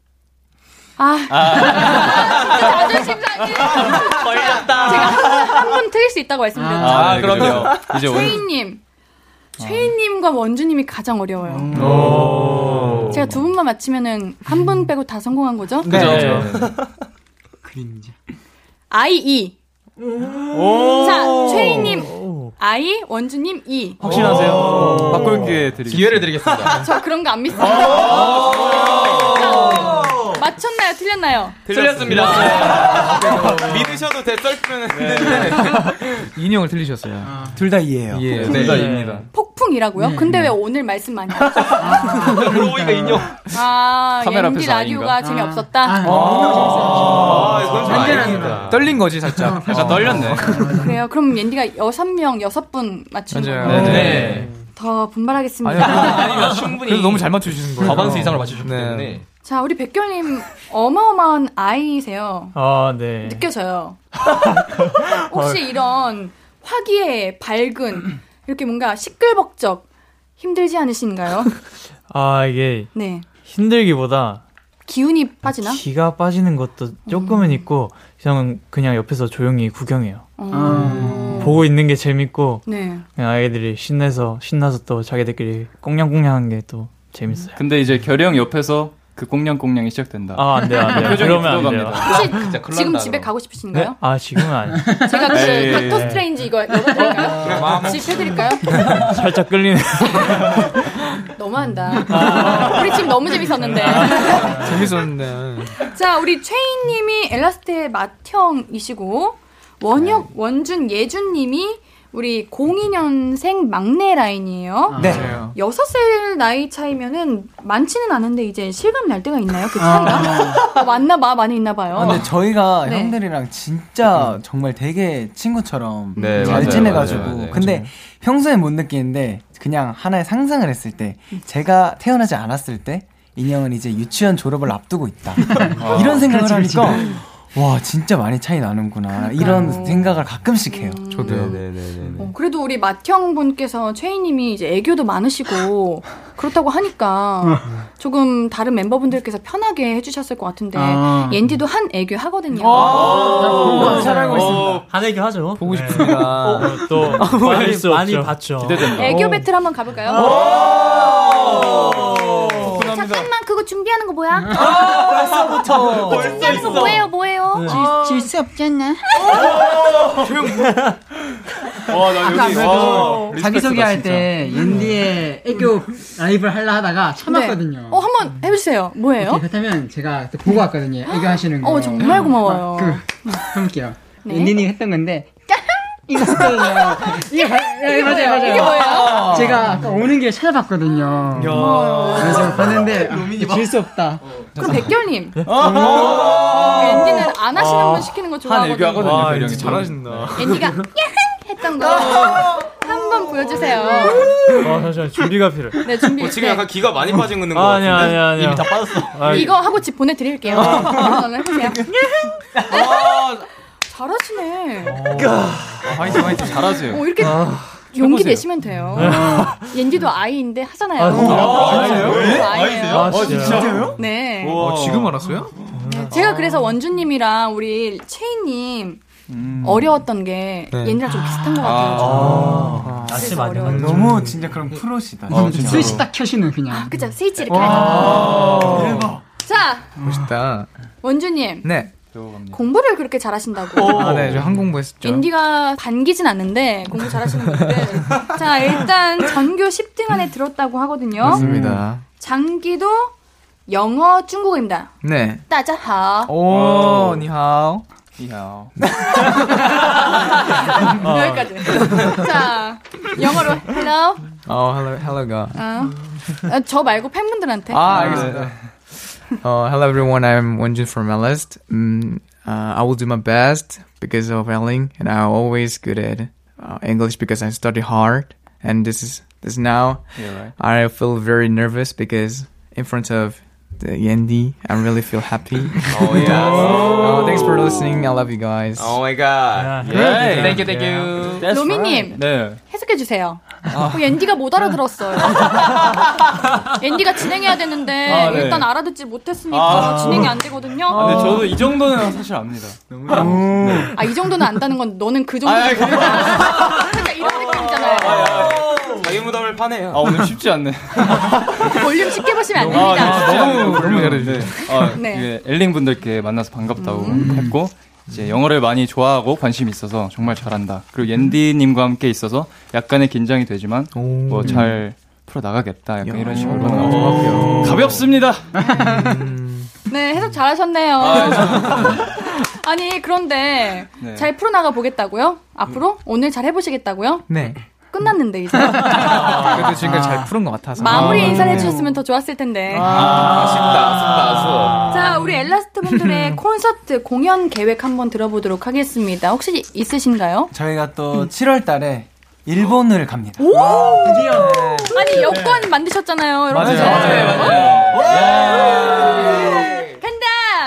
아, *laughs* 진짜 자존심 상해. 걸렸다. 제가 한분 틀릴 수 있다고 말씀드렸죠.
아, 네, 그럼요. 이제 원-
최인님. 최인님과 원주님이 가장 어려워요. 제가 두 분만 맞히면은 한 분 빼고 다 성공한 거죠?
네.
그림자.
아이
오.
자, 최인님 아이, 원주님 이.
어.
확신하세요? 바꿀 기회 드리겠습니다. 기회를
아,
드리겠습니다.
저 그런 거 안 믿습니다. 자, 맞췄나요? 틀렸나요?
틀렸습니다. 믿으셔도 됐을 뿐은.
인형을 틀리셨어요.
아.
둘 다 이해요.
예,
둘다 이해입니다.
폭풍 태풍이라고요?
네,
근데 왜 오늘 말씀 많이 하죠?
네.
그러니까 인형.
아,
카메라
연기
앞에서
라디오가
아닌가?
재미없었다?
아, 이건 좀
완전
아닙니다.
떨린 거지 살짝.
약간 떨렸네.
그래요. 그럼 옌디가 여섯 명 여섯 분 맞추는
맞아요.
걸로
네.
더
아니,
분발하겠습니다.
아니, 그래도 너무 잘 맞춰주시는 거예요. 네.
과반수 이상을 맞춰주셨기
네.
때문에.
자, 우리 백결님 어마어마한 아이세요.
아, 네.
느껴져요. 혹시 이런 화기애 밝은 이렇게 뭔가 시끌벅적 힘들지 않으신가요?
아 이게
네.
힘들기보다
기운이 빠지나?
기가 빠지는 것도 조금은 있고 저는 그냥 옆에서 조용히 구경해요. 보고 있는 게 재밌고
네.
그냥 아이들이 신나서 신나서 또 자기들끼리 꽁냥꽁냥한 게 또 재밌어요.
근데 이제 결형 옆에서 그 꽁냥꽁냥이 시작된다.
아, 안 돼요, 안 돼요.
표정이
그러면 안
굳어갑니다.
돼요.
혹시 지금 집에 가고 싶으신가요?
아 지금은 *laughs* 아니에요.
제가 그
에이.
닥터 스트레인지 이거 열어드릴까요? 집 해드릴까요?
살짝 끌리네.
너무한다. 우리 지금 너무 재밌었는데.
재밌었네.
자, 우리 최인님이 엘라스트의 맏형이시고 원혁, 원준, 예준님이 우리 02년생 막내 라인이에요.
네. 맞아요.
여섯 살 나이 차이면은 많지는 않은데 이제 실감 날 때가 있나요? 그 *laughs* 차이가? 맞나 봐, 많이 있나 봐요.
아, 근데 저희가
네.
형들이랑 진짜 정말 되게 친구처럼
음. 네,
잘
맞아요,
지내가지고
맞아요, 맞아요.
근데 평소에 못 느끼는데 그냥 하나의 상상을 했을 때 제가 태어나지 않았을 때 인형은 이제 유치원 졸업을 앞두고
*laughs*
있다
아.
이런
그렇죠,
생각을
그렇지,
하니까
그렇지.
와 진짜 많이 차이 나는구나 이런 생각을 가끔씩 해요
음.
네.
네,
저도요.
어, 그래도 우리 맏형 분께서 최희님이 이제 애교도 많으시고 그렇다고 하니까 조금 다른 멤버분들께서 편하게 해주셨을 것 같은데
아.
옌디도 한 애교 하거든요.
어,
아.
어,
오, 잘 알고
있습니다.
한혜교 하죠. 보고
네. 어,
싶습니다.
*laughs*
또
뭐
많이,
수 없죠.
많이 봤죠.
기대된다.
애교 배틀 한번 가볼까요?
어.
잠깐만 그거 준비하는 거 뭐야?
벌써부터.
그거 준비하는 거 뭐예요? 뭐예요?
네.
질수 없지 않나?
와, 나
아까
여기,
그래도
와,
자기소개
리스펙트다,
할때
진짜.
옌디의
음.
애교 라이브를 하려 하다가 참았거든요. 네.
어, 한번 해주세요. 뭐예요?
오케이, 그렇다면 제가 또 보고 왔거든요. 애교 하시는 거.
어, 정말 고마워요.
어, 그, 해볼게요.
*laughs* 네.
옌디님 했던 건데. 이거 했거든요. 이게 바- 예,
이게
맞아요,
뭐예요?
맞아요.
이게 뭐예요?
제가 아까 오는 길에 찾아봤거든요. 그래서 봤는데 아, 질 수 없다. 네.
그럼 백결님.
어.
아.
엔디는 안 하시는
아.
분 시키는 거 좋아하거든요.
와,
별명이.
이제 잘하신다.
엔디가 야흥 했던 거 한번 보여주세요.
아 잠시만 준비가 필요해.
네, 준비.
어, 지금 약간 기가 많이 빠진 거
아니
같은데?
아니 아니
이미 어. 다
빠졌어.
이거 하고 집 보내드릴게요. 전화
*laughs*
해보세요.
어.
잘하시네.
화이팅 화이팅
잘하세요. 어, 이렇게
아,
용기 내시면 돼요. 옌디도 아이인데 하잖아요.
네.
어,
아, 진짜? 아,
아이예요?
네? 어.
아이예요.
아, 진짜요?
네.
와, 지금 알았어요?
제가 그래서 원주님이랑 우리 최희님
음.
어려웠던 게
네.
옌디랑 좀 비슷한 것 같아요.
아,
그래서
아침 아니야?
어려워요.
너무 진짜 그럼 프로시다
아, 진짜로.
스위치 딱 켜시는 그냥.
아.
그죠? 스위치 이렇게.
와.
하죠. 자,
멋있다.
원주님.
네.
공부를 그렇게 잘하신다고.
아, 네, 저 항공부했었죠.
인디가 반기진 않는데 공부 잘하시는
*laughs*
분인데 자 일단 전교 10등 안에 들었다고 하거든요.
맞습니다.
장기도 영어 중국어입니다.
네.
따자하.
오, 니하오. 네. 니하오.
어.
여기까지. 자 영어로 hello.
어, hello, hello, God.
어. 어, 저 말고 팬분들한테.
아, Ah, 알겠습니다. Uh, hello everyone, I'm Wonjun from Elast. Mm, uh, I will do my best because of Elling, and I'm always good at uh, English because I study hard. And this is this now.
Yeah, right.
I feel very nervous because in front of the Yendi, I really feel happy.
*laughs* Oh,
*laughs*
yes.
Oh, thanks for listening. I love you guys.
Oh my
Yeah.
god. Yeah. Thank you, thank
Yeah.
you.
That's 로미님. right.
네. 아.
해석해 주세요. 어, 엔디가 못 알아들었어요. 엔디가 진행해야 되는데
아, 네.
일단 알아듣지 못했으니까
아.
진행이 안 되거든요.
아, 근데 저도 이 정도는 사실 압니다.
음.
아, 이 정도는 안다는 건 너는 그 정도는 모르잖아. 그러니까 이런 느낌이잖아요.
자기 무덤을 파네요.
아, 오늘 쉽지 않네.
볼륨 쉽게 보시면 안
*laughs* 아,
됩니다.
네,
너무,
너무
음.
잘해주세요.
*laughs* 아,
네.
이게 엘링 분들께 만나서 반갑다고 했고 이제 영어를 많이 좋아하고 관심 이 있어서 정말 잘한다. 그리고 옌디님과 함께 있어서 약간의 긴장이 되지만 뭐 잘 풀어 나가겠다. 약간 이런 식으로
정확해요.
가볍습니다.
네, 해석 아, 잘하셨네요. *laughs* 네. 아니, 그런데
네.
음. 잘 풀어나가 보겠다고요? 앞으로? 오늘 잘 해보시겠다고요?
네.
끝났는데 *laughs* 이제.
그래도 지금까지 잘 푸른 것 같아서.
마무리 인사를 해주셨으면 더 좋았을 텐데.
아, 아쉽다, 아쉽다, 아쉬워.
자, 우리 엘라스트 *laughs* 분들의 콘서트 공연 계획 한번 들어보도록 하겠습니다. 혹시 있으신가요?
저희가 또 7월 달에 일본을 갑니다.
오! 네. 아니, 여권 만드셨잖아요, 여러분.
네.
간다!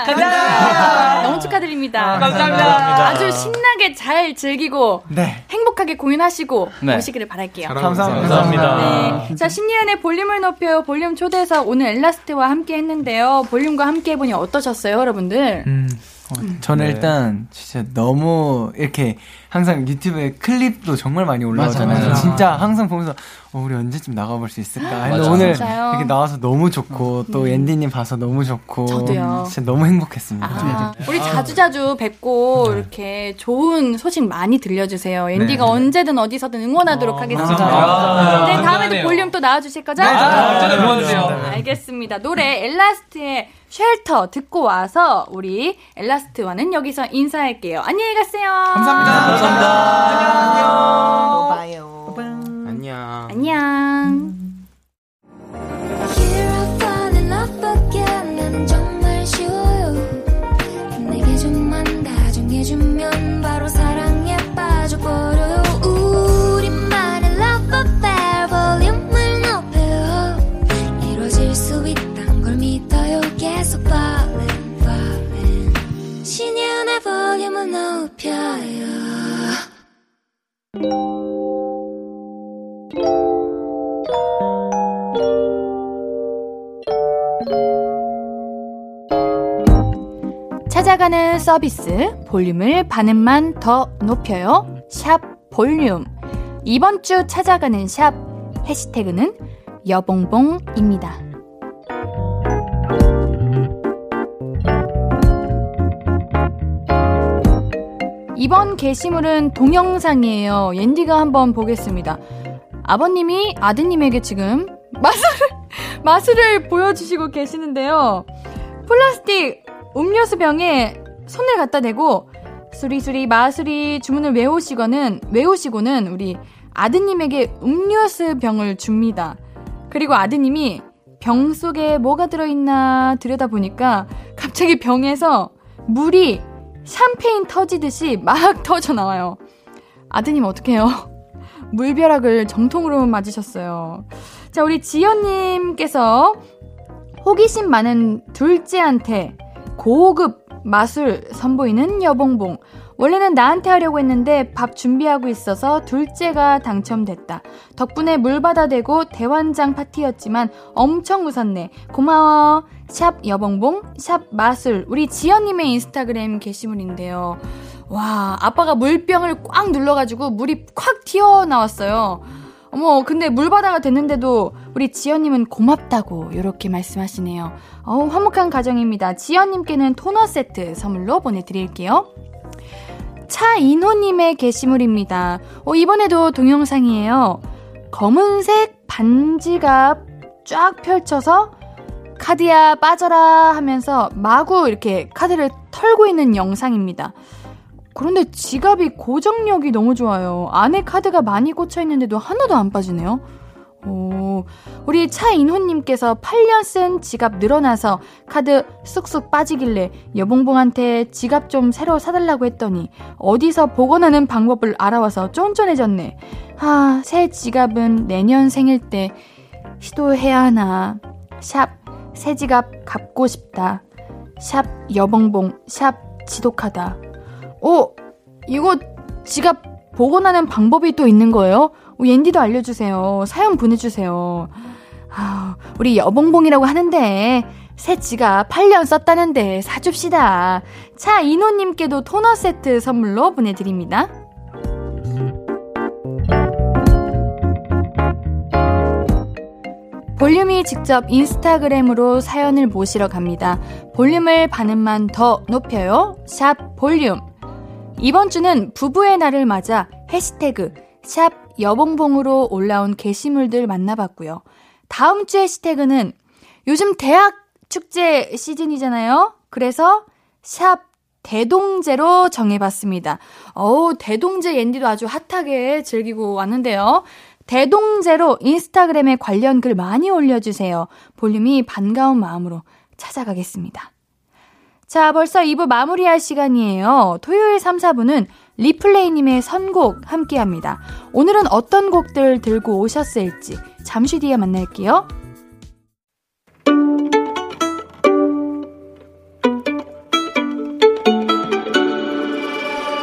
간다! 아, 너무 축하드립니다.
감사합니다.
아주 신나게 잘 즐기고
네.
행복하게 공연하시고
네.
오시기를 바랄게요. 네.
감사합니다.
감사합니다.
자, 신예은의 볼륨을 높여요. 볼륨 초대사 오늘 엘라스트와 함께 했는데요. 볼륨과 함께 해보니 어떠셨어요, 여러분들?
음, 어, 저는
네.
일단 진짜 너무 이렇게 항상 유튜브에 클립도 정말 많이 올라오잖아요.
맞아, 맞아.
진짜 항상 보면서 어, 우리 언제쯤 나가볼 수 있을까? 근데
맞아.
오늘
진짜요?
이렇게 나와서 너무 좋고 또
음.
엔디님 봐서 너무 좋고
저도요.
진짜 너무 행복했습니다.
아, 우리 자주자주 뵙고 이렇게 좋은 소식 많이 들려주세요. 엔디가
네.
언제든 어디서든 응원하도록 하겠습니다.
감사합니다.
네,
아,
다음에도
감사하네요.
볼륨 또 나와주실 거죠?
네, 아, 언제든 불러주세요.
알겠습니다. 노래 엘라스트의 쉘터 듣고 와서 우리 엘라스트와는 여기서 인사할게요. 안녕히 가세요. 감사합니다. 음.
안녕.
안녕.
fall in love again 난 정말 쉬워요 내게 좀만 다정해주면 바로 사랑에 빠져버려요 우리만의 love affair 볼륨을 높여요 이뤄질 수 있단 걸 믿어요 계속 falling falling 신예은의 볼륨을 높여요
찾아가는 서비스 볼륨을 반음만 더 높여요 샵 볼륨 이번 주 찾아가는 샵 해시태그는 여봉봉입니다 이번 게시물은 동영상이에요 옌디가 한번 보겠습니다 아버님이 아드님에게 지금 마술을 *laughs* 마술을 보여주시고 계시는데요 플라스틱 음료수 병에 손을 갖다 대고 수리수리 마수리 주문을 외우시고는 외우시고는 우리 아드님에게 음료수 병을 줍니다. 그리고 아드님이 병 속에 뭐가 들어있나 들여다보니까 갑자기 병에서 물이 샴페인 터지듯이 막 터져 나와요. 아드님 어떡해요? 물벼락을 정통으로 맞으셨어요. 자, 우리 지연님께서 호기심 많은 둘째한테 고급 마술 선보이는 여봉봉. 원래는 나한테 하려고 했는데 밥 준비하고 있어서 둘째가 당첨됐다. 덕분에 물 받아대고 대환장 파티였지만 엄청 웃었네. 고마워. 샵 여봉봉, 샵 마술. 우리 지연님의 인스타그램 게시물인데요. 와, 아빠가 물병을 꽉 눌러가지고 물이 콱 튀어나왔어요. 어머, 근데 물바다가 됐는데도 우리 지연님은 고맙다고 이렇게 말씀하시네요. 어, 화목한 가정입니다. 지연님께는 토너 세트 선물로 보내드릴게요. 차인호님의 게시물입니다. 어, 이번에도 동영상이에요. 검은색 반지갑 쫙 펼쳐서 카드야 빠져라 하면서 마구 이렇게 카드를 털고 있는 영상입니다. 그런데 지갑이 고정력이 너무 좋아요. 안에 카드가 많이 꽂혀 있는데도 하나도 안 빠지네요. 오, 우리 차인호님께서 8년 쓴 지갑 늘어나서 카드 쑥쑥 빠지길래 여봉봉한테 지갑 좀 새로 사달라고 했더니 어디서 복원하는 방법을 알아와서 쫀쫀해졌네. 아, 새 지갑은 내년 생일 때 시도해야 하나. 샵, 새 지갑 갖고 싶다. 샵, 여봉봉. 샵, 지독하다. 오, 어, 이거 지갑 복원하는 방법이 또 있는 거예요? 오, 옌디도 알려주세요. 사연 보내주세요. 아, 우리 여봉봉이라고 하는데 새 지갑 8년 썼다는데 사줍시다. 차 이노님께도 토너 세트 선물로 보내드립니다. 볼륨이 직접 인스타그램으로 사연을 모시러 갑니다. 볼륨을 반음만 더 높여요. 샵 볼륨. 이번 주는 부부의 날을 맞아 해시태그 샵 여봉봉으로 올라온 게시물들 만나봤고요. 다음 주 해시태그는 요즘 대학 축제 시즌이잖아요. 그래서 샵 대동제로 정해봤습니다. 어우, 대동제 옌디도 아주 핫하게 즐기고 왔는데요. 대동제로 인스타그램에 관련 글 많이 올려주세요. 볼륨이 반가운 마음으로 찾아가겠습니다. 자, 벌써 2부 마무리할 시간이에요. 토요일 3, 4부는 리플레이님의 선곡 함께 합니다. 오늘은 어떤 곡들 들고 오셨을지 잠시 뒤에 만날게요.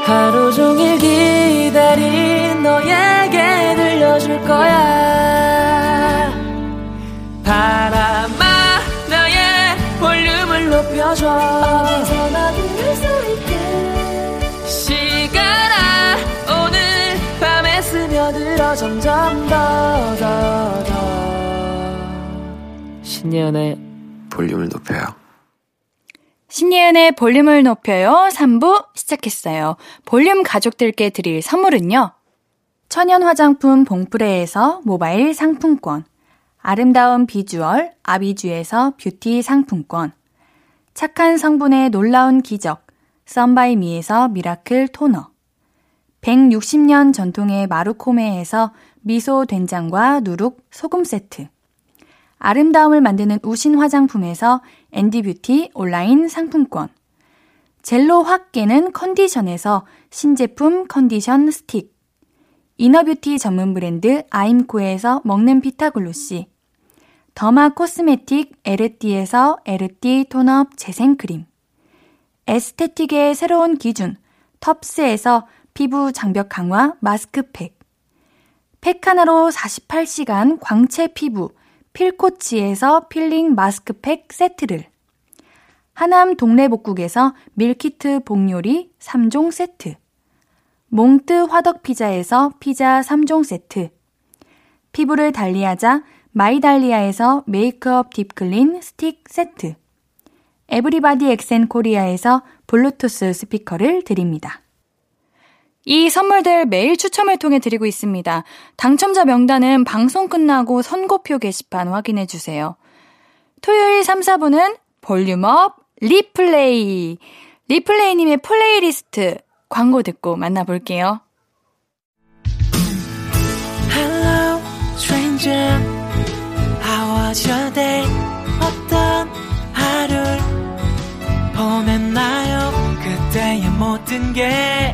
하루 종일 기다린 너에게 들려줄 거야 바람아 나의 볼륨을 높여줘 언제나 들을 수 있게 시간아 오늘 밤에 스며들어 점점 더더더
신예은의 볼륨을 높여요.
신예은의 볼륨을 높여요. 3부 시작했어요. 볼륨 가족들께 드릴 선물은요. 천연 화장품 봉프레에서 모바일 상품권. 아름다운 비주얼 아비주에서 뷰티 상품권. 착한 성분의 놀라운 기적. 썬바이미에서 미라클 토너. 160년 전통의 마루코메에서 미소 된장과 누룩 소금 세트. 아름다움을 만드는 우신 화장품에서 엔디뷰티 온라인 상품권. 젤로 확 깨는 컨디션에서 신제품 컨디션 스틱. 이너뷰티 전문 브랜드 아임코에서 먹는 피타글로시. 더마 코스메틱 에르띠에서 에르띠 톤업 재생크림. 에스테틱의 새로운 기준 텁스에서 피부 장벽 강화 마스크팩. 팩 하나로 48시간 광채 피부 필코치에서 필링 마스크팩 세트를 하남 동래복국에서 밀키트 복요리 3종 세트 몽뜨 화덕피자에서 피자 3종 세트 피부를 달리하자 마이달리아에서 메이크업 딥클린 스틱 세트 에브리바디 엑센 코리아에서 블루투스 스피커를 드립니다. 이 선물들 매일 추첨을 통해 드리고 있습니다. 당첨자 명단은 방송 끝나고 선고표 게시판 확인해 주세요. 토요일 3, 4부는 볼륨업 리플레이. 리플레이님의 플레이리스트 광고 듣고 만나볼게요.
Hello, stranger. How was your day? 어떤 하루를 보냈나요? 그때의 모든 게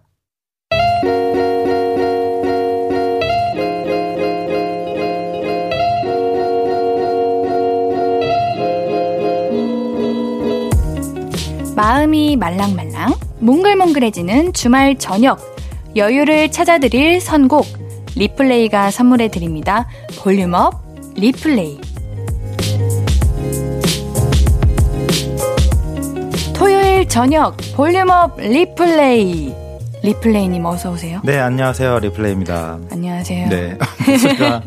마음이 말랑말랑 몽글몽글해지는 주말 저녁 여유를 찾아드릴 선곡 리플레이가 선물해 드립니다. 볼륨업 리플레이 토요일 저녁 볼륨업 리플레이 리플레이님 어서 오세요.
네, 안녕하세요. 리플레이입니다.
안녕하세요. *laughs*
네. 제가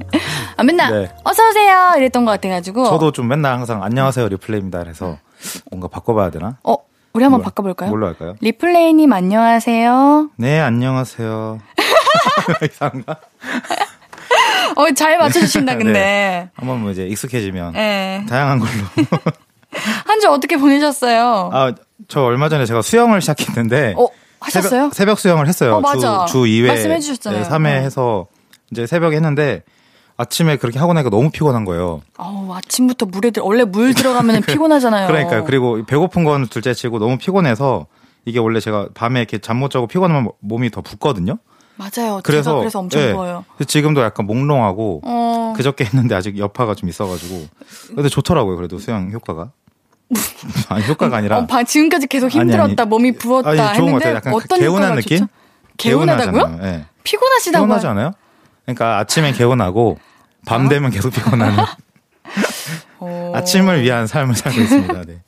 아, 맨날
네.
어서 오세요 이랬던 것 같아가지고
저도 좀 맨날 항상 안녕하세요. 리플레이입니다. 그래서 뭔가 바꿔봐야 되나?
어 우리 한번 바꿔볼까요?
뭘로 할까요?
리플레이님 안녕하세요. *laughs*
네, 안녕하세요. *laughs* 이상한가?
어 잘
*laughs*
맞춰주신다
네.
근데
한번 뭐 이제 익숙해지면
네.
다양한 걸로.
한 주 어떻게 보내셨어요?
아, 저 얼마 전에 제가 수영을 시작했는데
어, 하셨어요?
새벽, 새벽 수영을 아, 했어요.
어, 맞아.
주, 주 2회
말씀해 주셨잖아요.
네, 3회
어.
해서 이제 새벽에 했는데 아침에 그렇게 하고 나니까 너무 피곤한 거예요.
아우, 아침부터 물에 들 원래 물 들어가면 피곤하잖아요.
그러니까요. 그리고 배고픈 건 둘째 치고 너무 피곤해서 이게 원래 제가 밤에 이렇게 잠 못 자고 피곤하면 몸이 더 붓거든요.
어,
맞아요. 그래서
그래서
제가 그래서 엄청
예.
좋아요.
그래서 지금도 약간 몽롱하고
어.
그저께 했는데 아직 여파가 좀 있어가지고 근데 좋더라고요. 그래도 수영 효과가 아니 효과가 아니라
어, 바- 지금까지 계속
아니, 아니.
힘들었다, 몸이 부었다
아니 좋은 것
했는데
같아요. 약간
어떤
개운한
효과가
느낌?
좋죠? 개운하다고요?
개운하잖아요. 예.
피곤하시다고
피곤하지 않아요? 그러니까 아침엔 개운하고
아.
밤 되면
*laughs* 어.
계속 피곤하는 아침을 위한 삶을 살고 있습니다. 네.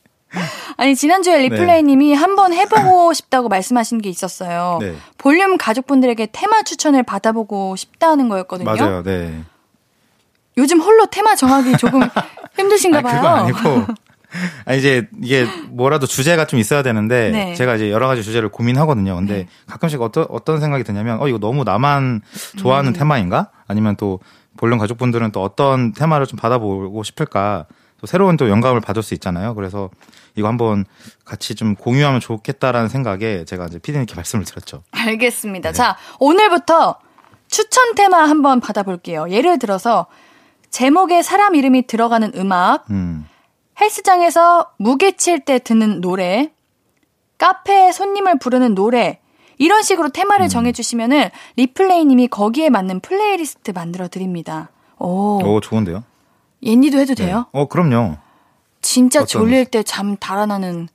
아니 지난주에 리플레이님이 한번 해보고 *laughs* 싶다고 말씀하신 게 있었어요.
네.
볼륨 가족분들에게 테마 추천을 받아보고 싶다는 거였거든요.
맞아요. 네.
요즘 홀로 테마 정하기
*laughs*
조금 힘드신가 봐요.
그거 아니고 *laughs* 아 이제 이게 뭐라도 주제가 좀 있어야 되는데
네.
제가 이제 여러 가지 주제를 고민하거든요. 근데 가끔씩 어떤 어떤 생각이 드냐면 어 이거 너무 나만
음.
좋아하는 테마인가? 아니면 또 볼륨 가족분들은 또 어떤 테마를 좀 받아보고 싶을까? 또 새로운 또 영감을 받을 수 있잖아요. 그래서 이거 한번 같이 좀 공유하면 좋겠다라는 생각에 제가 이제 피디님께 *laughs* 말씀을 드렸죠. 네.
알겠습니다. 자, 오늘부터 추천 테마 한번 받아볼게요. 예를 들어서 제목에 사람 이름이 들어가는 음악,
음.
헬스장에서 무게 칠 때 듣는 노래, 카페에 손님을 부르는 노래, 이런 식으로
음.
테마를 정해주시면은 리플레이님이 거기에 맞는 플레이리스트 만들어 드립니다. 오,
오 좋은데요?
옌니도 해도 돼요?
어 그럼요.
진짜
어떤-
졸릴 때 잠 달아나는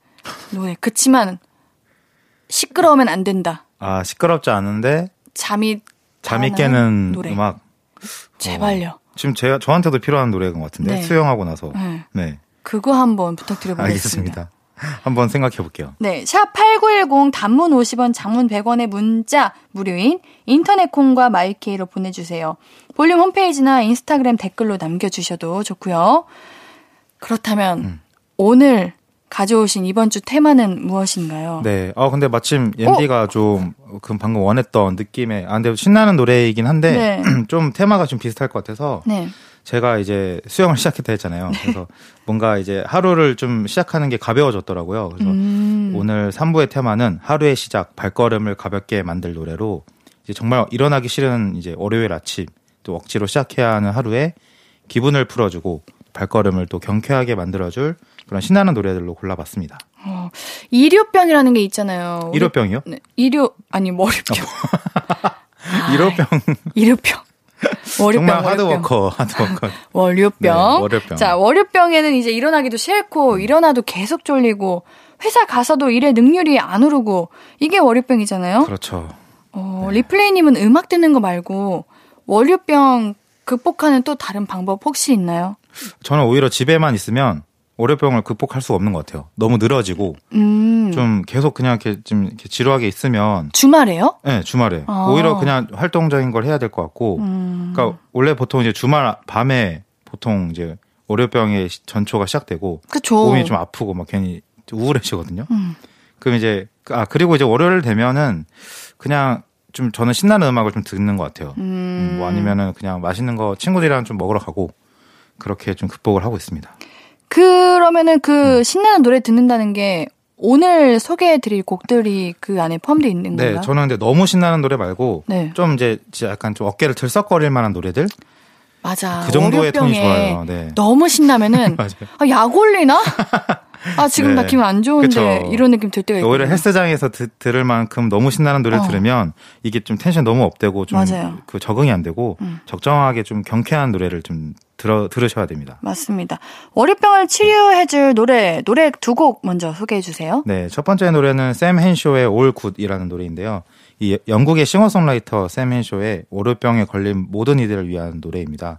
노래. 그치만 시끄러우면 안 된다.
아 시끄럽지 않은데
잠이
잠이
달아나는
깨는
노래.
음악.
제발요.
지금 제 저한테도 필요한 노래인 것 같은데
네.
수영하고 나서
네.
네
그거 한번 부탁드려보겠습니다.
알겠습니다. 한번 생각해 볼게요.
네, 샵8910 단문 50원, 장문 100원의 문자 무료인 인터넷 콩과 마이케이로 보내주세요. 볼륨 홈페이지나 인스타그램 댓글로 남겨주셔도 좋고요. 그렇다면
음.
오늘 가져오신 이번 주 테마는 무엇인가요?
네. 아 근데
어?
마침 옌디가 좀 그 방금 원했던 느낌의 아 근데 신나는 노래이긴 한데
네.
*clears throat* 좀 테마가 좀 비슷할 것 같아서
네.
제가 이제 수영을 *laughs* 시작했다 했잖아요. 그래서 뭔가 이제 하루를 좀 시작하는 게 가벼워졌더라고요. 그래서
음.
오늘 3부의 테마는 하루의 시작 발걸음을 가볍게 만들 노래로 이제 정말 일어나기 싫은 이제 월요일 아침 또 억지로 시작해야 하는 하루에 기분을 풀어주고 발걸음을 또 경쾌하게 만들어줄 그런 신나는 노래들로 골라봤습니다.
어, 일요병이라는 게 있잖아요. 우리-
일요병이요?
네, 일요 아니 머리병.
*laughs*
아,
일요병
일요병. 월요병.
정말
월요병.
하드워커 하드워커.
월요병.
네, 월요병. 음.
자, 월요병에는 이제 일어나기도 싫고, 일어나도 계속 졸리고, 회사 가서도 일의 능률이 안 오르고, 이게 월요병이잖아요?
그렇죠.
어, 리플레이님은 음악 듣는 거 말고, 월요병 극복하는 또 다른 방법 혹시 있나요?
저는 오히려 집에만 있으면 월요병을 극복할 수가 없는 것 같아요. 너무 늘어지고
음.
좀 계속 그냥 이렇게 좀 이렇게 지루하게 있으면
주말에요?
네, 주말에.
아.
오히려 그냥 활동적인 걸 해야 될 것 같고.
음.
그러니까 원래 보통 이제 주말 밤에 보통 이제 월요병의 시- 전초가 시작되고
그쵸.
몸이 좀 아프고 막 괜히 우울해지거든요.
음.
그럼 이제 아 그리고 이제 월요일 되면은 그냥 좀 저는 신나는 음악을 좀 듣는 것 같아요. 음, 뭐 아니면은 그냥 맛있는 거 친구들이랑 좀 먹으러 가고 그렇게 좀 극복을 하고 있습니다.
그러면은 그
음.
신나는 노래 듣는다는 게, 오늘 소개해드릴 곡들이 그 안에 포함되어 있는 건가요?
네, 저는 근데 너무 신나는 노래 말고
네.
좀 이제 진짜 약간 좀 어깨를 들썩거릴 만한 노래들
맞아.
그 정도의 톤이
월요병에
좋아요. 네.
너무
*laughs*
신나면은 아, 약 올리나? 아, 지금
네.
나 기분 안 좋은데
그쵸.
이런 느낌 들 때가 있고.
오히려 헬스장에서 듣, 들을 만큼 너무 신나는 노래를
어.
들으면 이게 좀 텐션 너무 업되고 좀
맞아요.
그 적응이 안 되고
음.
적정하게 좀 경쾌한 노래를 좀 들어 들으셔야 됩니다.
맞습니다. 월요병을 치료해줄 노래, 노래 두 곡 먼저 소개해주세요.
네, 첫 번째 노래는 샘 헨쇼의 All Good이라는 노래인데요. 이 영국의 싱어송라이터 샘 헨쇼의 월요병에 걸린 모든 이들을 위한 노래입니다.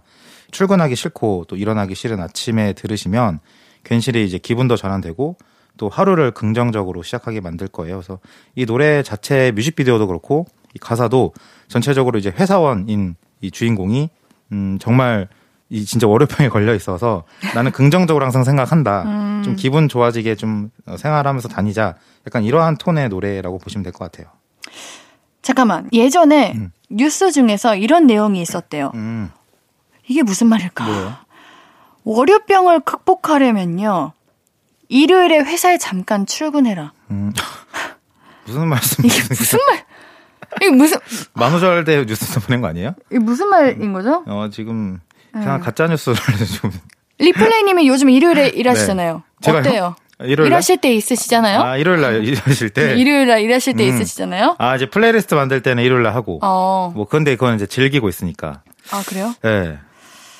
출근하기 싫고 또 일어나기 싫은 아침에 들으시면 괜시리 이제 기분도 전환되고 또 하루를 긍정적으로 시작하게 만들 거예요. 그래서 이 노래 자체 뮤직비디오도 그렇고 이 가사도 전체적으로 이제 회사원인 이 주인공이 음 정말 이 진짜 월요병에 걸려 있어서 나는 긍정적으로 항상 생각한다.
음.
좀 기분 좋아지게 좀 어, 생활하면서 다니자. 약간 이러한 톤의 노래라고 보시면 될 것 같아요.
잠깐만. 예전에 뉴스 중에서 이런 내용이 있었대요.
음.
이게 무슨 말일까?
뭐예요?
월요병을 극복하려면요. 일요일에 회사에 잠깐 출근해라.
음. 무슨 *laughs* 말씀이세요?
무슨 말? 이게 무슨
만우절대 뉴스 보낸 거 아니에요?
이게 무슨 말인 거죠?
어 지금
음.
이상한 가짜 뉴스를 *laughs* 좀
리플레이님이 요즘 일요일에 일하시잖아요.
네. 제가요?
어때요?
일요일날?
일하실 때 있으시잖아요.
아 일요일 날 일하실 때
일요일 날 일하실 때
음.
있으시잖아요.
아 이제 플레이리스트 만들 때는 일요일 날 하고
어.
뭐 근데 그건 이제 즐기고 있으니까
아 그래요?
예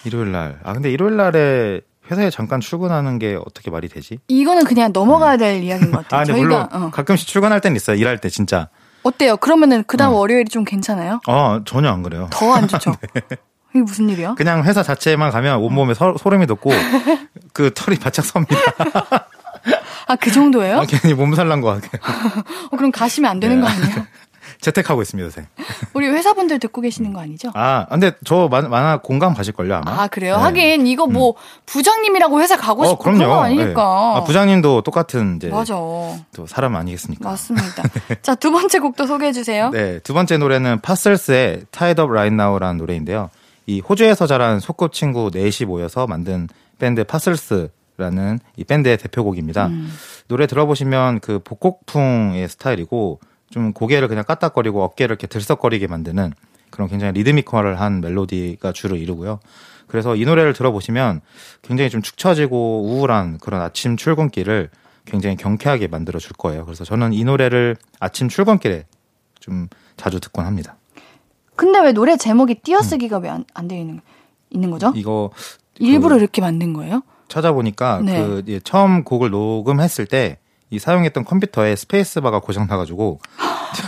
일요일 날아 근데 일요일 날에 회사에 잠깐 출근하는 게 어떻게 말이 되지?
이거는 그냥 넘어가야 될 이야기인 것 같아요.
아 근데 물론
저희가 어.
가끔씩 출근할 때는 있어요 일할 때 진짜
어때요? 그러면은 그다음 월요일이 좀 괜찮아요?
아 전혀 안 그래요
더 안 좋죠.
*laughs*
이게 무슨 일이야?
네. 그냥 회사
*laughs*
자체에만 가면 온몸에 서- 소름이 돋고 그 털이 바짝 섭니다
아, 그 정도예요?
아, 네. 괜히 몸살 난 것 같아요.
어, 그럼 가시면 안 되는 거 아니에요?
재택하고 있습니다, 요새.
우리 회사분들 듣고 계시는 거 아니죠?
아, 근데 저 마, 만화 공감 가실걸요, 아마? 네. 음.
아, 그래요? 하긴, 이거 뭐, 부장님이라고 회사 가고 싶고 그런 거 아니니까.
네. 어, 아, 부장님도 똑같은 이제
맞아.
또 사람 아니겠습니까? *laughs*
맞습니다. 자, 두 번째 곡도 소개해 주세요.
네, 두 번째 노래는 파셀스의 Tied Up Right Now라는 노래인데요. 이 호주에서 자란 소꿉친구 넷이 모여서 만든 밴드 파셀스라는 이 밴드의 대표곡입니다.
음.
노래 들어보시면 그 복곡풍의 스타일이고 좀 고개를 그냥 까딱거리고 어깨를 이렇게 들썩거리게 만드는 그런 굉장히 리드미컬한 멜로디가 주를 이루고요. 그래서 이 노래를 들어보시면 굉장히 좀 축 처지고 우울한 그런 아침 출근길을 굉장히 경쾌하게 만들어 줄 거예요. 그래서 저는 이 노래를 아침 출근길에 좀 자주 듣곤 합니다.
근데 왜 노래 제목이 띄어쓰기가 왜 안 안 돼 있는, 있는 거죠?
음. 이거 그
일부러 이렇게 만든 거예요?
찾아보니까
네.
그 이제 처음 곡을 녹음했을 때 이 사용했던 컴퓨터에 스페이스바가
*gasps*
고장 나가지고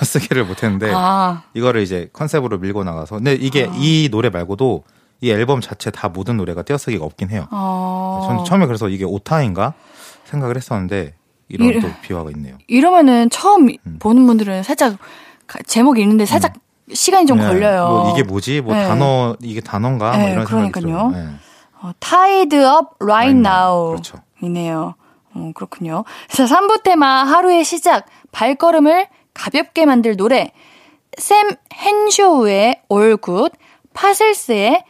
쓰기를 못했는데
아.
이거를 이제 컨셉으로 밀고 나가서 근데 이게 이 노래 말고도 이 앨범 자체 다 모든 노래가 띄어쓰기가 없긴 해요.
어.
저는 처음에 그래서 이게 오타인가 생각을 했었는데 이런
이래-
또 비화가 있네요.
이러면은 처음 보는 분들은 살짝 가- 제목이 있는데 살짝 시간이 좀
네,
걸려요.
뭐 이게 뭐지? 뭐
네.
단어 이게 단어인가? 뭐
네,
이런
그러니까요.
생각이 들어요. 네.
어, tied up right, now.
그렇죠.
이네요. 어, 그렇군요. 자, 3부 테마 하루의 시작. 발걸음을 가볍게 만들 노래. 샘 헨쇼우의 All Good, 파셀스의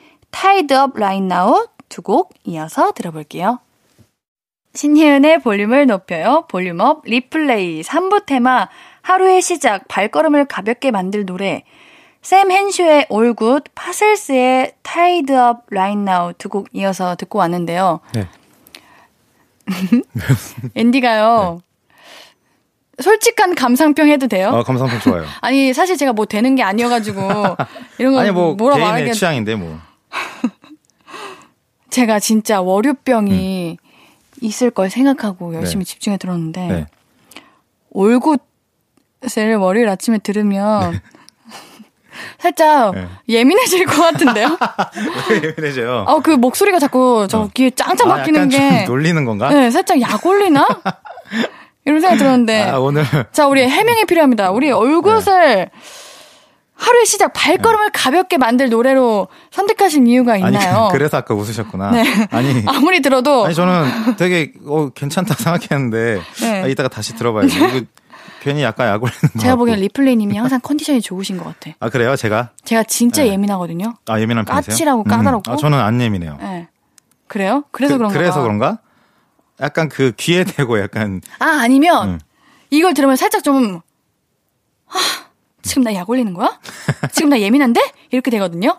Tied Up Right Now 두 곡 이어서 들어볼게요. 신혜은의 볼륨을 높여요. 볼륨업 리플레이 3부 테마 하루의 시작 발걸음을 가볍게 만들 노래 샘 헨슈의 All Good, 파셀스의 Tied Up Right Now 두 곡 이어서 듣고 왔는데요.
네.
앤디가요. 솔직한 감상평 해도 돼요?
아, 감상평 좋아요.
아니 사실 제가 뭐 되는 게
*laughs*
아니어가지고 이런 거
아니 뭐
뭐라
개인의
말하겠
취향인데 뭐.
제가 진짜 월요병이 있을 걸 생각하고 열심히 집중해 들었는데
음. 네.
올굿을 월요일 아침에 들으면
네.
*laughs* 살짝 예민해질 것
*laughs*
같은데요?
예민해져요.
아 그 목소리가 자꾸 저 귀에 짱짱
어. 아,
박히는
약간
게
좀 놀리는 건가?
네, 살짝 약
*laughs*
올리나? 이런 생각이 들었는데
아, 오늘
자, 우리 해명이 필요합니다. 우리 얼굴을
네.
하루의 시작 발걸음을 가볍게 만들 노래로 선택하신 이유가
아니
있나요?
*laughs* 그래서 아까 웃으셨구나.
네.
아니
*laughs* 아무리 들어도
아니 저는 되게 어, 괜찮다 생각했는데
네.
아, 이따가 다시 들어봐야지. 이거 괜히 약간 약 올리는 거.
제가 보기엔 리플레이님이
*laughs*
항상 컨디션이 좋으신 것 같아.
아 그래요? 제가
제가 진짜 예민하거든요.
아 예민한 편이세요?
까칠하고 까다롭고?
아, 저는 안 예민해요.
네. 그래요? 그래서 그런가? 봐.
그래서 그런가? 약간 그 귀에 대고 약간
아 아니면
음.
이걸 들으면 살짝 좀 아, 지금 나 약 올리는 거야? 지금 나 예민한데? 이렇게 되거든요.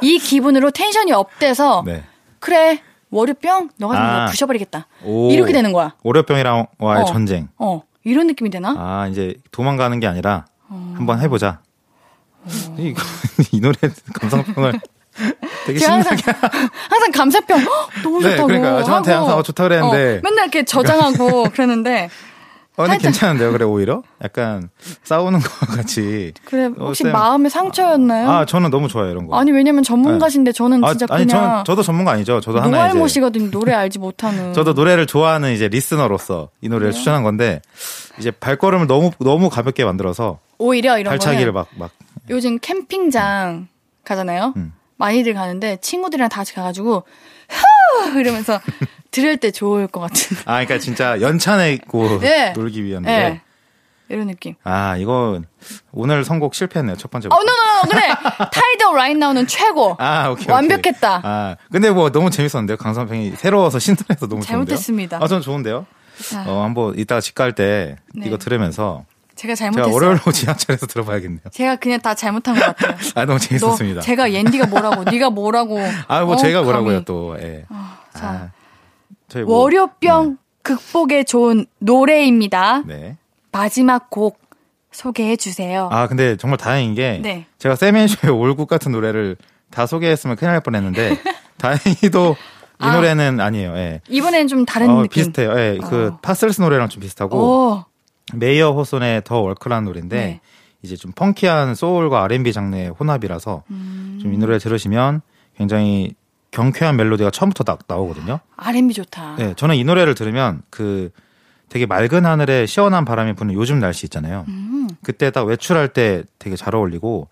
이 기분으로 텐션이 업돼서
네.
그래 월요병 너가
아.
아. 부셔버리겠다.
오.
이렇게 되는 거야.
월요병이랑와의
어.
전쟁.
어 이런 느낌이 되나?
아 이제 도망가는 게 아니라 한번 해보자.
어.
이, *laughs* 이 노래
*laughs*
감상평을 되게
제가
신나게
항상 항상 감사평 "헉, 너무
네,
좋다고
그러니까 저한테
하고.
항상 좋다 그랬는데.
어, 맨날 이렇게 저장하고 *laughs* 그러는데
어, 근데
살짝-
괜찮은데요, 그래, 오히려? 약간 싸우는 것 같이.
그래
어,
혹시
쌤.
마음의 상처였나요?
아, 저는 너무 좋아요, 이런 거.
아니 왜냐면 전문가신데 저는
아,
진짜
아니,
그냥
저는, 저도 전문가 아니죠. 저도 하나 이제.
노알못이거든요. 노래 알지 못하는.
*laughs* 저도 노래를 좋아하는 이제 리스너로서 이 노래를
그래요?
추천한 건데, 이제 발걸음을 너무, 너무 가볍게 만들어서
오히려 이런
발차기를
거는
음. 막, 막.
요즘 캠핑장 가잖아요.
음.
많이들 가는데 친구들이랑 다 같이 가가지고 후 이러면서 *laughs* 들을 때 좋을 것 같은. *laughs*
아, 그러니까 진짜 연차내고
예.
놀기 위한 노래.
예. 이런 느낌.
아, 이거 오늘 선곡 실패했네요, 첫 번째.
어, 노노노 그래.
*laughs*
타이더 라인 나오는 최고.
아, 오케이. 오케이.
완벽했다.
아, 근데 뭐 너무 재밌었는데요. 강산평이 새로워서 신선해서 너무 좋은데요.
잘못했습니다.
아, 전 좋은데요.
자,
어, 한번 이따가 집 갈 때
네.
이거 들으면서
제가
제가
잘못했어요.
월요일 오후 *laughs* 지하철에서 들어봐야겠네요.
제가 그냥 다 잘못한 것
*laughs*
같아요.
아, 너무 재밌었습니다.
너, 제가 옌디가 뭐라고, 네가 뭐라고.
*laughs* 아, 뭐
어우,
제가
감히.
뭐라고요, 또. 예.
자,
저희 뭐-
어. 월요병 극복에 좋은 노래입니다.
네.
마지막 곡 소개해 주세요.
아, 근데 정말 다행인 게
네.
제가 세멘쇼의 올국 같은 노래를 다 소개했으면 큰일 날
*laughs*
뻔했는데 다행히도 이
아.
노래는 아니에요. 예.
이번에는 좀 다른
어,
느낌. 어.
비슷해요. 예. 그 파셀스 노래랑 좀 비슷하고
오,
메이어 호손의 더 월크라는 노래인데
네.
이제 좀 펑키한 소울과 R&B 장르의 혼합이라서
음.
좀 이 노래 들으시면 굉장히 경쾌한 멜로디가 처음부터 딱 나오거든요.
아. R&B 좋다.
네, 저는 이 노래를 들으면 그 되게 맑은 하늘에 시원한 바람이 부는 요즘 날씨 있잖아요.
음.
그때 딱 외출할 때 되게 잘 어울리고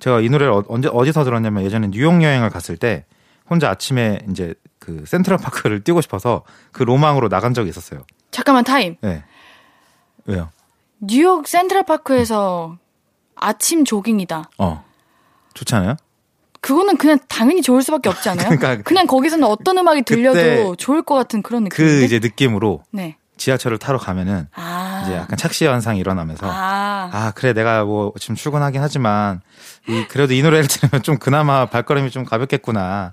제가 이 노래를 어- 언제 어디서 들었냐면 예전에 뉴욕 여행을 갔을 때 혼자 아침에 이제 그 센트럴 파크를 *laughs* 뛰고 싶어서 그 로망으로 나간 적이 있었어요.
잠깐만 타임.
네. 왜요?
뉴욕 센트럴 파크에서 아침 조깅이다.
어. 좋지 않아요?
그거는 그냥 당연히 좋을 수밖에 없지 않아요?
그러니까
냥 거기서는 어떤 음악이 들려도
그때
좋을 것 같은 그런 느낌.
그 이제 느낌으로
네.
지하철을 타러 가면은 이제 약간 착시 현상이 일어나면서
아.
아 그래 내가 뭐 지금 출근하긴 하지만 이 그래도 이 노래를 들으면 좀 그나마 발걸음이 좀 가볍겠구나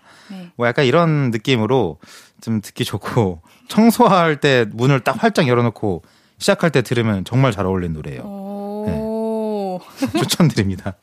뭐 약간 이런 느낌으로 좀 듣기 좋고 청소할 때 문을 딱 활짝 열어놓고 시작할 때 들으면 정말 잘 어울리는 노래예요 네.
오.
*laughs* 추천드립니다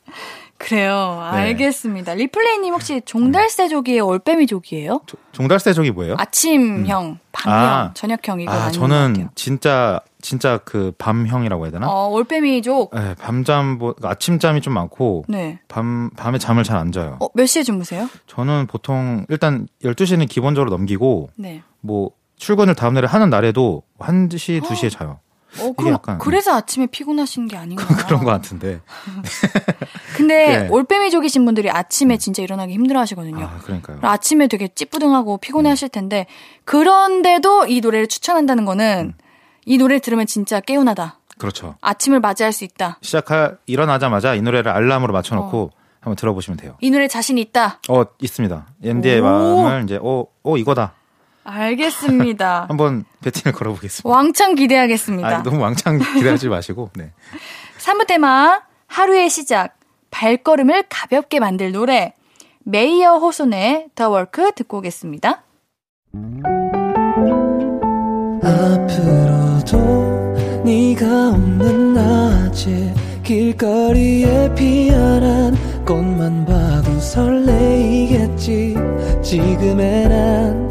그래요.
네.
알겠습니다. 리플레이님 혹시 종달새족이에요? 올빼미족이에요?
종달새족이 뭐예요?
아침형, 밤형,
아.
저녁형 이거
아
아닌 것 같아요.
저는 진짜 진짜 그 밤형이라고 해야 되나?
어, 올빼미족.
네, 밤잠 보- 아침잠이 좀 많고
네.
밤 밤에 잠을 잘 안 자요.
어, 몇 시에 주무세요?
저는 보통 일단 12시는 기본적으로 넘기고
네.
뭐 출근을 다음 날에 하는 날에도 1시, 2시에 자요.
어,
이게
그럼
약간
그래서 아침에 피곤하신 게 아닌가?
*laughs* 그런 것 같은데.
*laughs* 근데
네.
올빼미족이신 분들이 아침에 진짜 일어나기 힘들어 하시거든요.
아, 그러니까요.
아침에 되게 찌뿌둥하고
음.
피곤해 하실 텐데 그런데도 이 노래를 추천한다는 거는
음.
이 노래를 들으면 진짜 개운하다.
그렇죠.
아침을 맞이할 수 있다.
시작할 일어나자마자 이 노래를 알람으로 맞춰 놓고 한번 들어보시면 돼요.
이 노래 자신 있다.
어, 있습니다. MD의
오.
마음을 이제 어, 어 이거다.
알겠습니다.
*laughs* 한번 배팅을 걸어 보겠습니다.
왕창 기대하겠습니다.
아, 너무 왕창 기대하지 마시고. 네.
3부 테마 하루의 시작 발걸음을 가볍게 만들 노래 메이어 호손의 더 월크 듣고 오겠습니다.
앞으로도 네가 없는 낮에 길거리에 피어난 꽃만 봐도 설레이겠지 지금의 난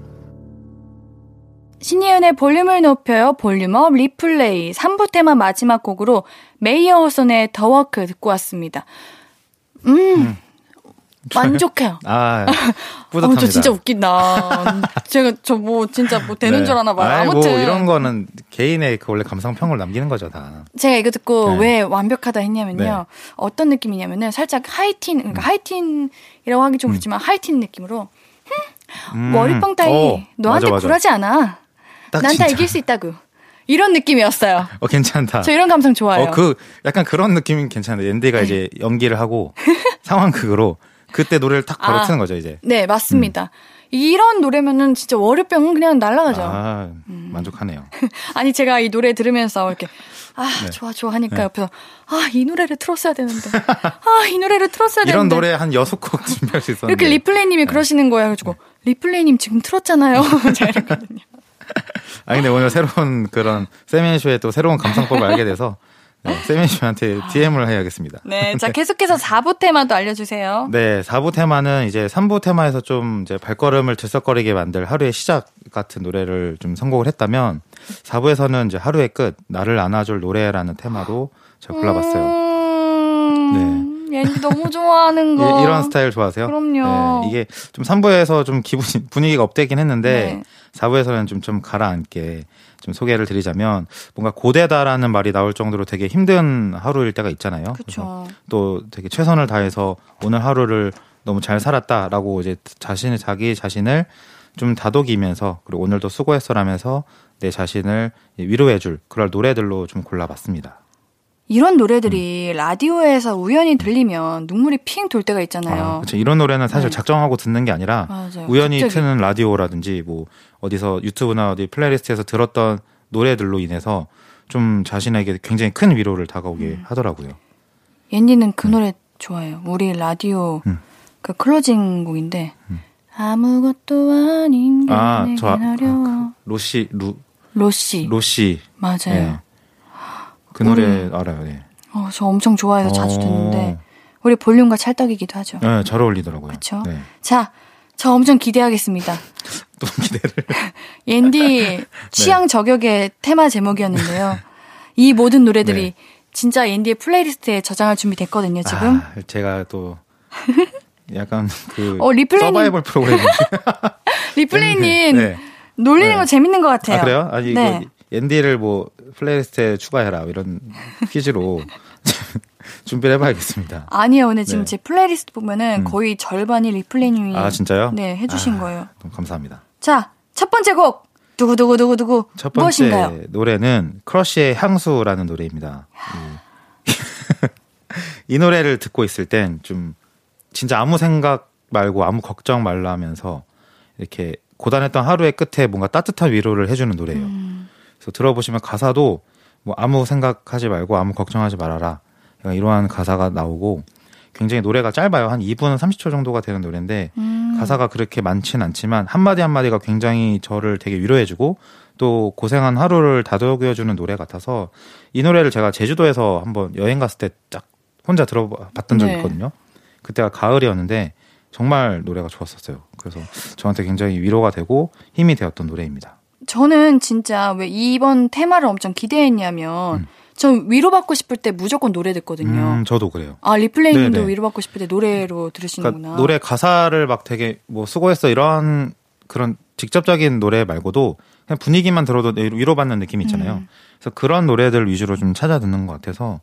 신예은의 볼륨을 높여요 볼륨업 리플레이 3부 테마 마지막 곡으로 메이어 호손의 더 월크 듣고 왔습니다. 음, 만족해요. *laughs*
아,
어,
*laughs* 뿌듯합니다.
저 진짜 웃긴다. *laughs* 제가 저 뭐 진짜 뭐 되는
네.
줄 아나 봐요.
아이,
아무튼
뭐 이런 거는 개인의 그 원래 감상평을 남기는 거죠, 다.
제가 이거 듣고
네.
왜 완벽하다 했냐면요.
네.
어떤 느낌이냐면은 살짝 하이틴, 그러니까 하이틴이라고 하기 좀 그렇지만 하이틴 느낌으로
음.
머리빵 따위
어,
너한테
맞아, 맞아.
굴하지 않아.
딱
난 다
진짜.
이길 수 있다고. 이런 느낌이었어요.
어, 괜찮다.
저 이런 감성 좋아요.
어, 그 약간 그런 느낌이 괜찮은데 엔디가 이제 연기를
*laughs*
하고 상황극으로 그때 노래를 탁 바로
아.
트는 거죠, 이제.
네, 맞습니다. 이런 노래면은 진짜 월요병은 그냥 날아가죠. *laughs* 아.
아, 만족하네요.
니 제가 이 노래 들으면서 이렇게 아
네.
좋아 좋아 하니까
네.
옆에서 아 이 노래를 틀었어야 되는데 아 이 노래를 틀었어야
이런 네.
되는데
노래 한 여섯 곡 *laughs* 준비할 수 있었는데.
이렇게 리플레이님이 그러시는 거예요. 그래가지고 리플레이님 지금
*laughs*
틀었잖아요. *laughs* 제가 이렇게
아 근데 오늘 새로운 그런 세멘쇼의 또 새로운 감상법을 알게 돼서 네, 세멘쇼한테 DM을 해야겠습니다.
네, 자 계속해서 4부 테마도 알려주세요.
네, 4부 테마는 이제 3부 테마에서 좀 이제 발걸음을 들썩거리게 만들 하루의 시작 같은 노래를 좀 선곡을 했다면 4부에서는 이제 하루의 끝, 나를 안아줄 노래라는 테마로 제가 골라봤어요. 네.
음,
예,
얘는 너무
*laughs*
좋아하는 음, 거.
이- 이런 스타일 좋아하세요?
그럼요.
네, 이게 좀 3부에서 좀 기분이, 분위기가 업되긴
네.
했는데 4부에서는 좀, 좀 가라앉게 좀 소개를 드리자면 뭔가 고되다라는 말이 나올 정도로 되게 힘든 하루일 때가 있잖아요. 어, 그래서
그렇죠.
또 되게 최선을 다해서 오늘 하루를 너무 잘 살았다라고 이제 자신의 자기 자신을 좀 다독이면서 그리고 오늘도 수고했어라면서 내 자신을 위로해줄 그럴 노래들로 좀 골라봤습니다.
이런
음.
노래들이 라디오에서 우연히 들리면 눈물이 핑 돌 때가 있잖아요. 네.
그렇죠. 이런 노래는 사실 작정하고 듣는 게 아니라
맞아요.
우연히
네, 갑자기.
트는 라디오라든지 뭐 어디서 유튜브나 어디 플레이리스트에서 들었던 노래들로 인해서 좀 자신에게 굉장히 큰 위로를 다가오게
음.
하더라고요.
옌디는
음.
그 노래 좋아해요. 우리 라디오 그 클로징 곡인데 아무것도 아닌 게
음. 아,
내겐
저 아- 아,
어려워.
로시 루
로시.
로시
맞아요.
예. 그 노래 알아요. 네.
어, 저 엄청 좋아해서 음. 자주
어.
듣는데 우리 볼륨과 찰떡이기도 하죠.
네, 잘 어울리더라고요.
그렇죠.
네.
자, 저 엄청 기대하겠습니다.
또 기대를. *laughs* 네.
옌디 취향 저격의 테마 제목이었는데요. 이 모든 노래들이
네.
진짜 옌디의 플레이리스트에 저장할 준비 됐거든요, 지금.
아, 제가
*laughs*
또 약간 그
어, 리플레이님.
서바이벌
*laughs*
프로그램.
리플레이님
네.
놀리는 거 재밌는 것 같아요.
아, 그래요? 아니
네.
이거 엔디를 뭐 플레이리스트에 추가해라 이런
*laughs*
퀴즈로 *laughs* 준비를 해봐야겠습니다.
아니에요. 오늘 지금
네.
제 플레이리스트 보면은
음.
거의 절반이 리플레이님이
아 진짜요?
네, 해주신
아,
거예요.
너무 감사합니다.
자, 첫 번째 곡 두구 두구 두구 두구
첫 번째
무엇인가요?
노래는 크러쉬의 향수라는 노래입니다. *laughs* 이, 이 노래를 듣고 있을 땐 좀 진짜 아무 생각 말고 아무 걱정 말라 하면서 이렇게 고단했던 하루의 끝에 뭔가 따뜻한 위로를 해주는 노래예요.
음.
그래서 들어보시면 가사도 뭐 아무 생각하지 말고 아무 걱정하지 말아라 약간 이러한 가사가 나오고 굉장히 노래가 짧아요. 한 2분 30초 정도가 되는 노래인데 가사가 그렇게 많진 않지만 한마디 한마디가 굉장히 저를 되게 위로해주고 또 고생한 하루를 다독여주는 노래 같아서 이 노래를 제가 제주도에서 한번 여행 갔을 때 쫙 혼자 들어봤던 적이
네.
있거든요. 그때가 가을이었는데 정말 노래가 좋았었어요. 그래서 저한테 굉장히 위로가 되고 힘이 되었던 노래입니다.
저는 진짜 왜 이번 테마를 엄청 기대했냐면 전 위로받고 싶을 때 무조건 노래 듣거든요.
음, 저도 그래요.
아 리플레이님도
네네.
위로받고 싶을 때 노래로
그러니까
들으시는구나.
노래 가사를 막 되게 뭐 수고했어 이런 그런 직접적인 노래 말고도 그냥 분위기만 들어도 내- 위로받는 느낌이 있잖아요.
음.
그래서 그런 노래들 위주로 좀 찾아 듣는 것 같아서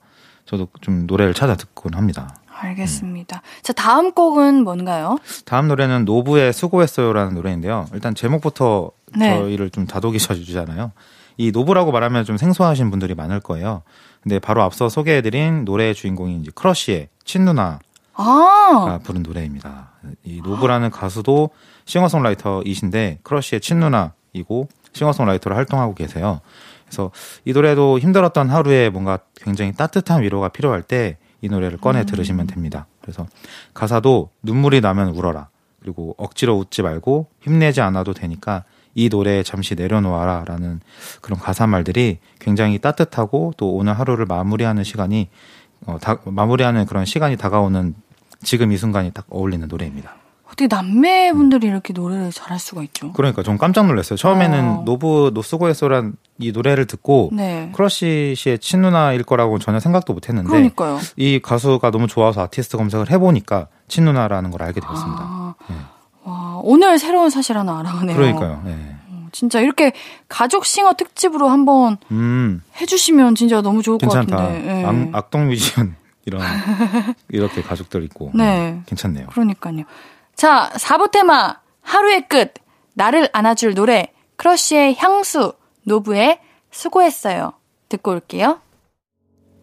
저도 좀 노래를 찾아 듣곤 합니다.
알겠습니다. 자 다음 곡은 뭔가요?
다음 노래는 노부의 수고했어요라는 노래인데요. 일단 제목부터
네.
저희를 좀 다독이셔 주잖아요. 이 노부라고 말하면 좀 생소하신 분들이 많을 거예요. 근데 바로 앞서 소개해드린 노래의 주인공이 이제 크러쉬의 친누나
아,
가 부른 노래입니다. 이 노브라는 가수도 싱어송라이터이신데 크러쉬의 친누나이고 싱어송라이터로 활동하고 계세요. 그래서 이 노래도 힘들었던 하루에 뭔가 굉장히 따뜻한 위로가 필요할 때 이 노래를 꺼내 들으시면 됩니다. 그래서 가사도 눈물이 나면 울어라. 그리고 억지로 웃지 말고 힘내지 않아도 되니까 이 노래 잠시 내려놓아라 라는 그런 가사 말들이 굉장히 따뜻하고 또 오늘 하루를 마무리하는 시간이 어, 다- 마무리하는 그런 시간이 다가오는 지금 이 순간이 딱 어울리는 노래입니다.
어떻게 남매분들이 이렇게 노래를 잘할 수가 있죠?
그러니까 좀 깜짝 놀랐어요. 처음에는
어.
노브 노스고에소란 이 노래를 듣고
네.
크러쉬 씨의 친누나일 거라고 전혀 생각도 못 했는데
그러니까요.
이 가수가 너무 좋아서 아티스트 검색을 해보니까 친누나라는 걸 알게 되었습니다.
아,
네.
와 오늘 새로운 사실 하나 알아가네요.
그러니까요. 예.
진짜 이렇게 가족 싱어 특집으로 한번
음,
해주시면 진짜 너무 좋을 것
괜찮다.
같은데. 예.
악, 악동 뮤지션 *laughs* 이런 이렇게 가족들 있고
네.
괜찮네요.
그러니까요. 자, 4부 테마 하루의 끝 나를 안아줄 노래 크러쉬의 향수 노브의 수고했어요 듣고 올게요.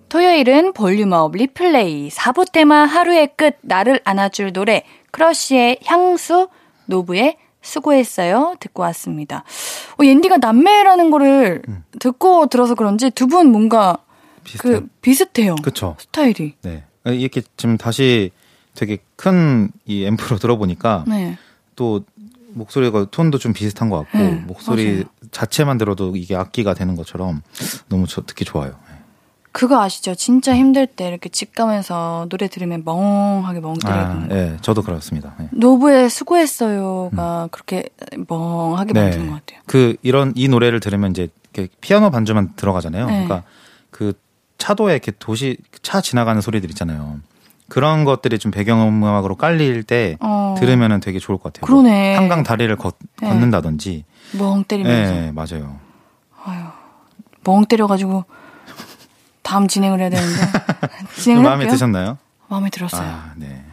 토요일은 볼륨업 리플레이 4부 테마 하루의 끝 나를 안아줄 노래 크러쉬의 향수 노브의 수고했어요 듣고 왔습니다. 어, 옌디가 남매라는 거를 듣고 들어서 그런지 두 분 뭔가 그 비슷해요.
그렇죠.
스타일이.
네. 이렇게 지금 다시 되게 큰 이 앰프로 들어보니까
네.
또 목소리가 톤도 좀 비슷한 것 같고
네,
목소리
맞아요.
자체만 들어도 이게 악기가 되는 것처럼 너무 저- 듣기 좋아요. 네.
그거 아시죠? 진짜 힘들 때 이렇게 집 가면서 노래 들으면 멍하게 멍 때리고
아, 예, 저도 그렇습니다. 예.
노부의
음.
수고했어요가 그렇게 멍하게
네.
만드는 것 같아요.
그 이런 이 노래를 들으면 이제 이렇게 피아노 반주만 들어가잖아요.
네.
그러니까 그 차도에 이렇게 도시 차 지나가는 소리들 있잖아요. 그런 것들이 좀 배경음악으로 깔릴 때
어.
들으면은 되게 좋을 것 같아요. 뭐
그러네.
한강 다리를 걷,
네.
는다든지
멍 때리면서
예, 맞아요.
멍 때려가지고 다음 진행을 해야
*laughs*
되는데 진행을
마음에
할게요.
드셨나요?
마음에 들었어요.
아, 네.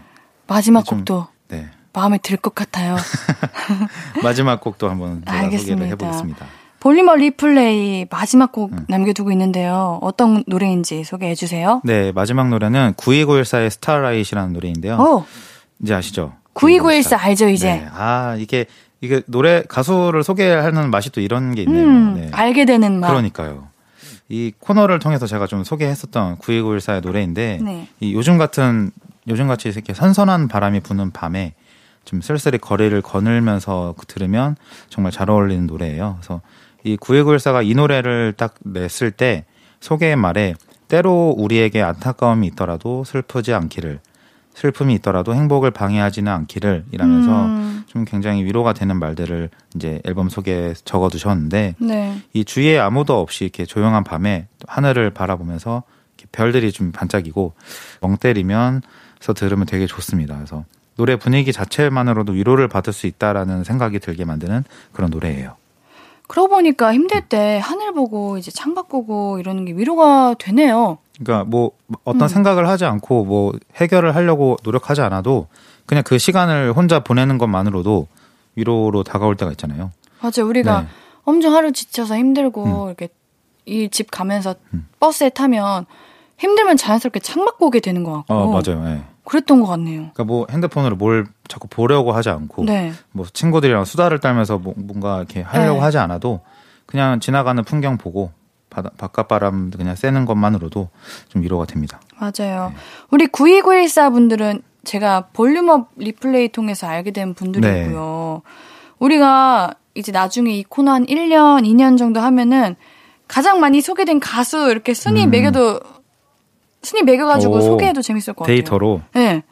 마지막 곡도
네.
마음에 들 것 같아요.
*laughs* 마지막 곡도 한번 제가
알겠습니다.
소개를 해보겠습니다.
볼리머 리플레이 마지막 곡
음.
남겨두고 있는데요. 어떤 노래인지 소개해 주세요.
네, 마지막 노래는 92914의 스타라이트라는 노래인데요.
오
이제 아시죠?
9294 어? 알죠 이제?
네. 아, 이게 이게 노래 가수를 소개하는 맛이 또 이런 게 있네요.
음
네.
알게 되는 맛.
그러니까요. 이 코너를 통해서 제가 좀 소개했었던 92914의 노래인데
네.
이 요즘 같은 요즘 같이 이렇게 선선한 바람이 부는 밤에 좀 쓸쓸히 거리를 거닐면서 그- 들으면 정말 잘 어울리는 노래예요. 그래서 이 91914가 이 노래를 딱 냈을 때 소개의 말에 때로 우리에게 안타까움이 있더라도 슬프지 않기를 슬픔이 있더라도 행복을 방해하지는 않기를 이라면서
음.
좀 굉장히 위로가 되는 말들을 이제 앨범 속에 적어 두셨는데
네.
이 주위에 아무도 없이 이렇게 조용한 밤에 하늘을 바라보면서 이렇게 별들이 좀 반짝이고 멍 때리면서 들으면 되게 좋습니다. 그래서 노래 분위기 자체만으로도 위로를 받을 수 있다라는 생각이 들게 만드는 그런 노래예요.
그러고 보니까 힘들 때 하늘 보고 이제 창밖 보고 이러는 게 위로가 되네요.
그러니까 뭐 어떤
음.
생각을 하지 않고 뭐 해결을 하려고 노력하지 않아도 그냥 그 시간을 혼자 보내는 것만으로도 위로로 다가올 때가 있잖아요.
맞아요. 우리가
네. 음.
엄청 하루 지쳐서 힘들고 이렇게 이 집 가면서 버스에 타면 힘들면 자연스럽게 창밖 보게 되는 것 같고.
어, 맞아요. 예.
그랬던 것 같네요.
그러니까 뭐 핸드폰으로 뭘 자꾸 보려고 하지 않고
네.
뭐 친구들이랑 수다를 떨면서 뭐- 뭔가 이렇게 하려고
네.
하지 않아도 그냥 지나가는 풍경 보고 바다, 바깥 바람 그냥 쐬는 것만으로도 좀 위로가 됩니다.
맞아요. 우리 92914 분들은 제가 볼륨업 리플레이 통해서 알게 된 분들이고요.
네.
우리가 이제 나중에 이 코너 한 1년, 2년 정도 하면은 가장 많이 소개된 가수 이렇게 순위 매겨도 순위 매겨가지고
음. 오,
소개해도 재밌을 것 같아요.
데이터로.
네.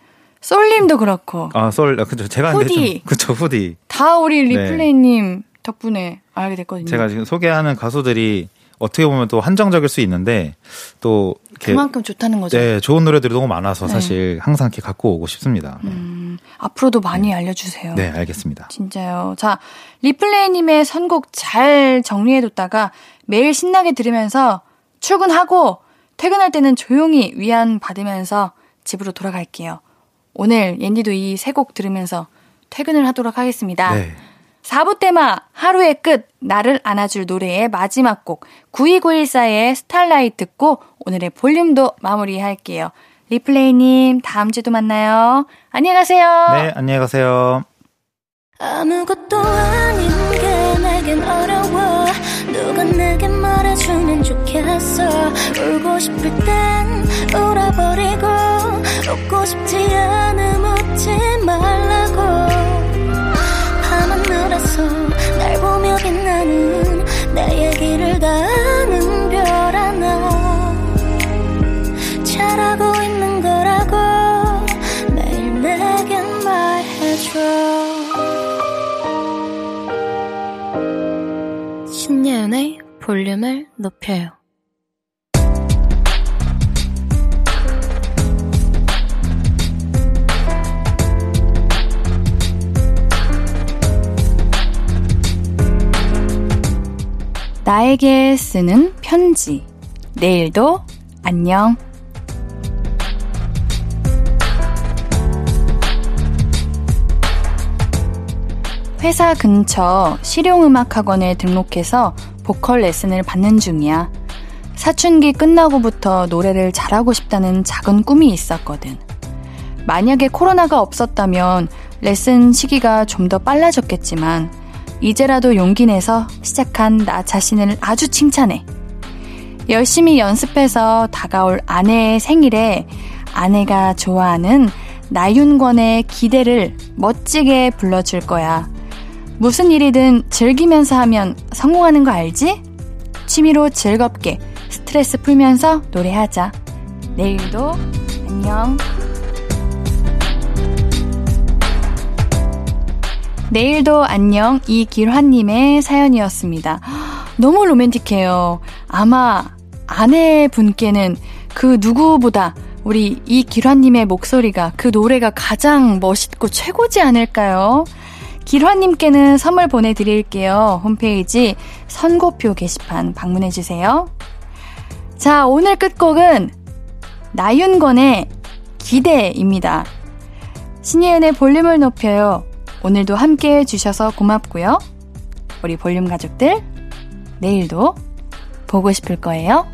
솔님도 그렇고
아, 썰, 아, 그죠. 제가 근데 좀-
후디.
그쵸, 후디.
다 우리
네.
리플레이님 덕분에 알게 됐거든요.
제가 지금 소개하는 가수들이 어떻게 보면 또 한정적일 수 있는데 또 이렇게
그만큼 좋다는 거죠.
네, 좋은 노래들이 너무 많아서
네. 음.
사실 항상 이렇게 갖고 오고 싶습니다.
앞으로도 많이 알려주세요.
네, 알겠습니다.
진짜요. 자, 리플레이님의 선곡 잘 정리해뒀다가 매일 신나게 들으면서 출근하고 퇴근할 때는 조용히 위안 받으면서 집으로 돌아갈게요. 오늘 옌디도 이 세 곡 들으면서 퇴근을 하도록 하겠습니다.
네.
4부 테마 하루의 끝 나를 안아줄 노래의 마지막 곡 92914의 스타일라이트 듣고 오늘의 볼륨도 마무리할게요. 리플레이님 다음 주에도 만나요. 안녕히 가세요.
네, 안녕히 가세요.
아무것도 아닌 게 내겐 어려워 누가 내게 말해주면 좋겠어 울고 싶을 땐 울어버리고 웃고 싶지 않음 웃지 말라고 밤하늘에서 날 보며 빛나는 내 얘기를 다 아는 별 하나 잘하고 있는 거라고 매일 내겐 말해줘 신예은의 볼륨을 높여요
나에게 쓰는 편지. 내일도 안녕. 회사 근처 실용음악학원에 등록해서 보컬 레슨을 받는 중이야. 사춘기 끝나고부터 노래를 잘하고 싶다는 작은 꿈이 있었거든. 만약에 코로나가 없었다면 레슨 시기가 좀 더 빨라졌겠지만, 이제라도 용기 내서 시작한 나 자신을 아주 칭찬해. 열심히 연습해서 다가올 아내의 생일에 아내가 좋아하는 나윤권의 기대를 멋지게 불러줄 거야. 무슨 일이든 즐기면서 하면 성공하는 거 알지? 취미로 즐겁게 스트레스 풀면서 노래하자. 내일도 안녕. 내일도 안녕 이길환님의 사연이었습니다. 너무 로맨틱해요. 아마 아내분께는 그 누구보다 우리 이길환님의 목소리가 그 노래가 가장 멋있고 최고지 않을까요? 길환님께는 선물 보내드릴게요. 홈페이지 선고표 게시판 방문해주세요. 자, 오늘 끝곡은 나윤권의 기대입니다. 신예은의 볼륨을 높여요. 오늘도 함께 해주셔서 고맙고요. 우리 볼륨 가족들, 내일도 보고 싶을 거예요.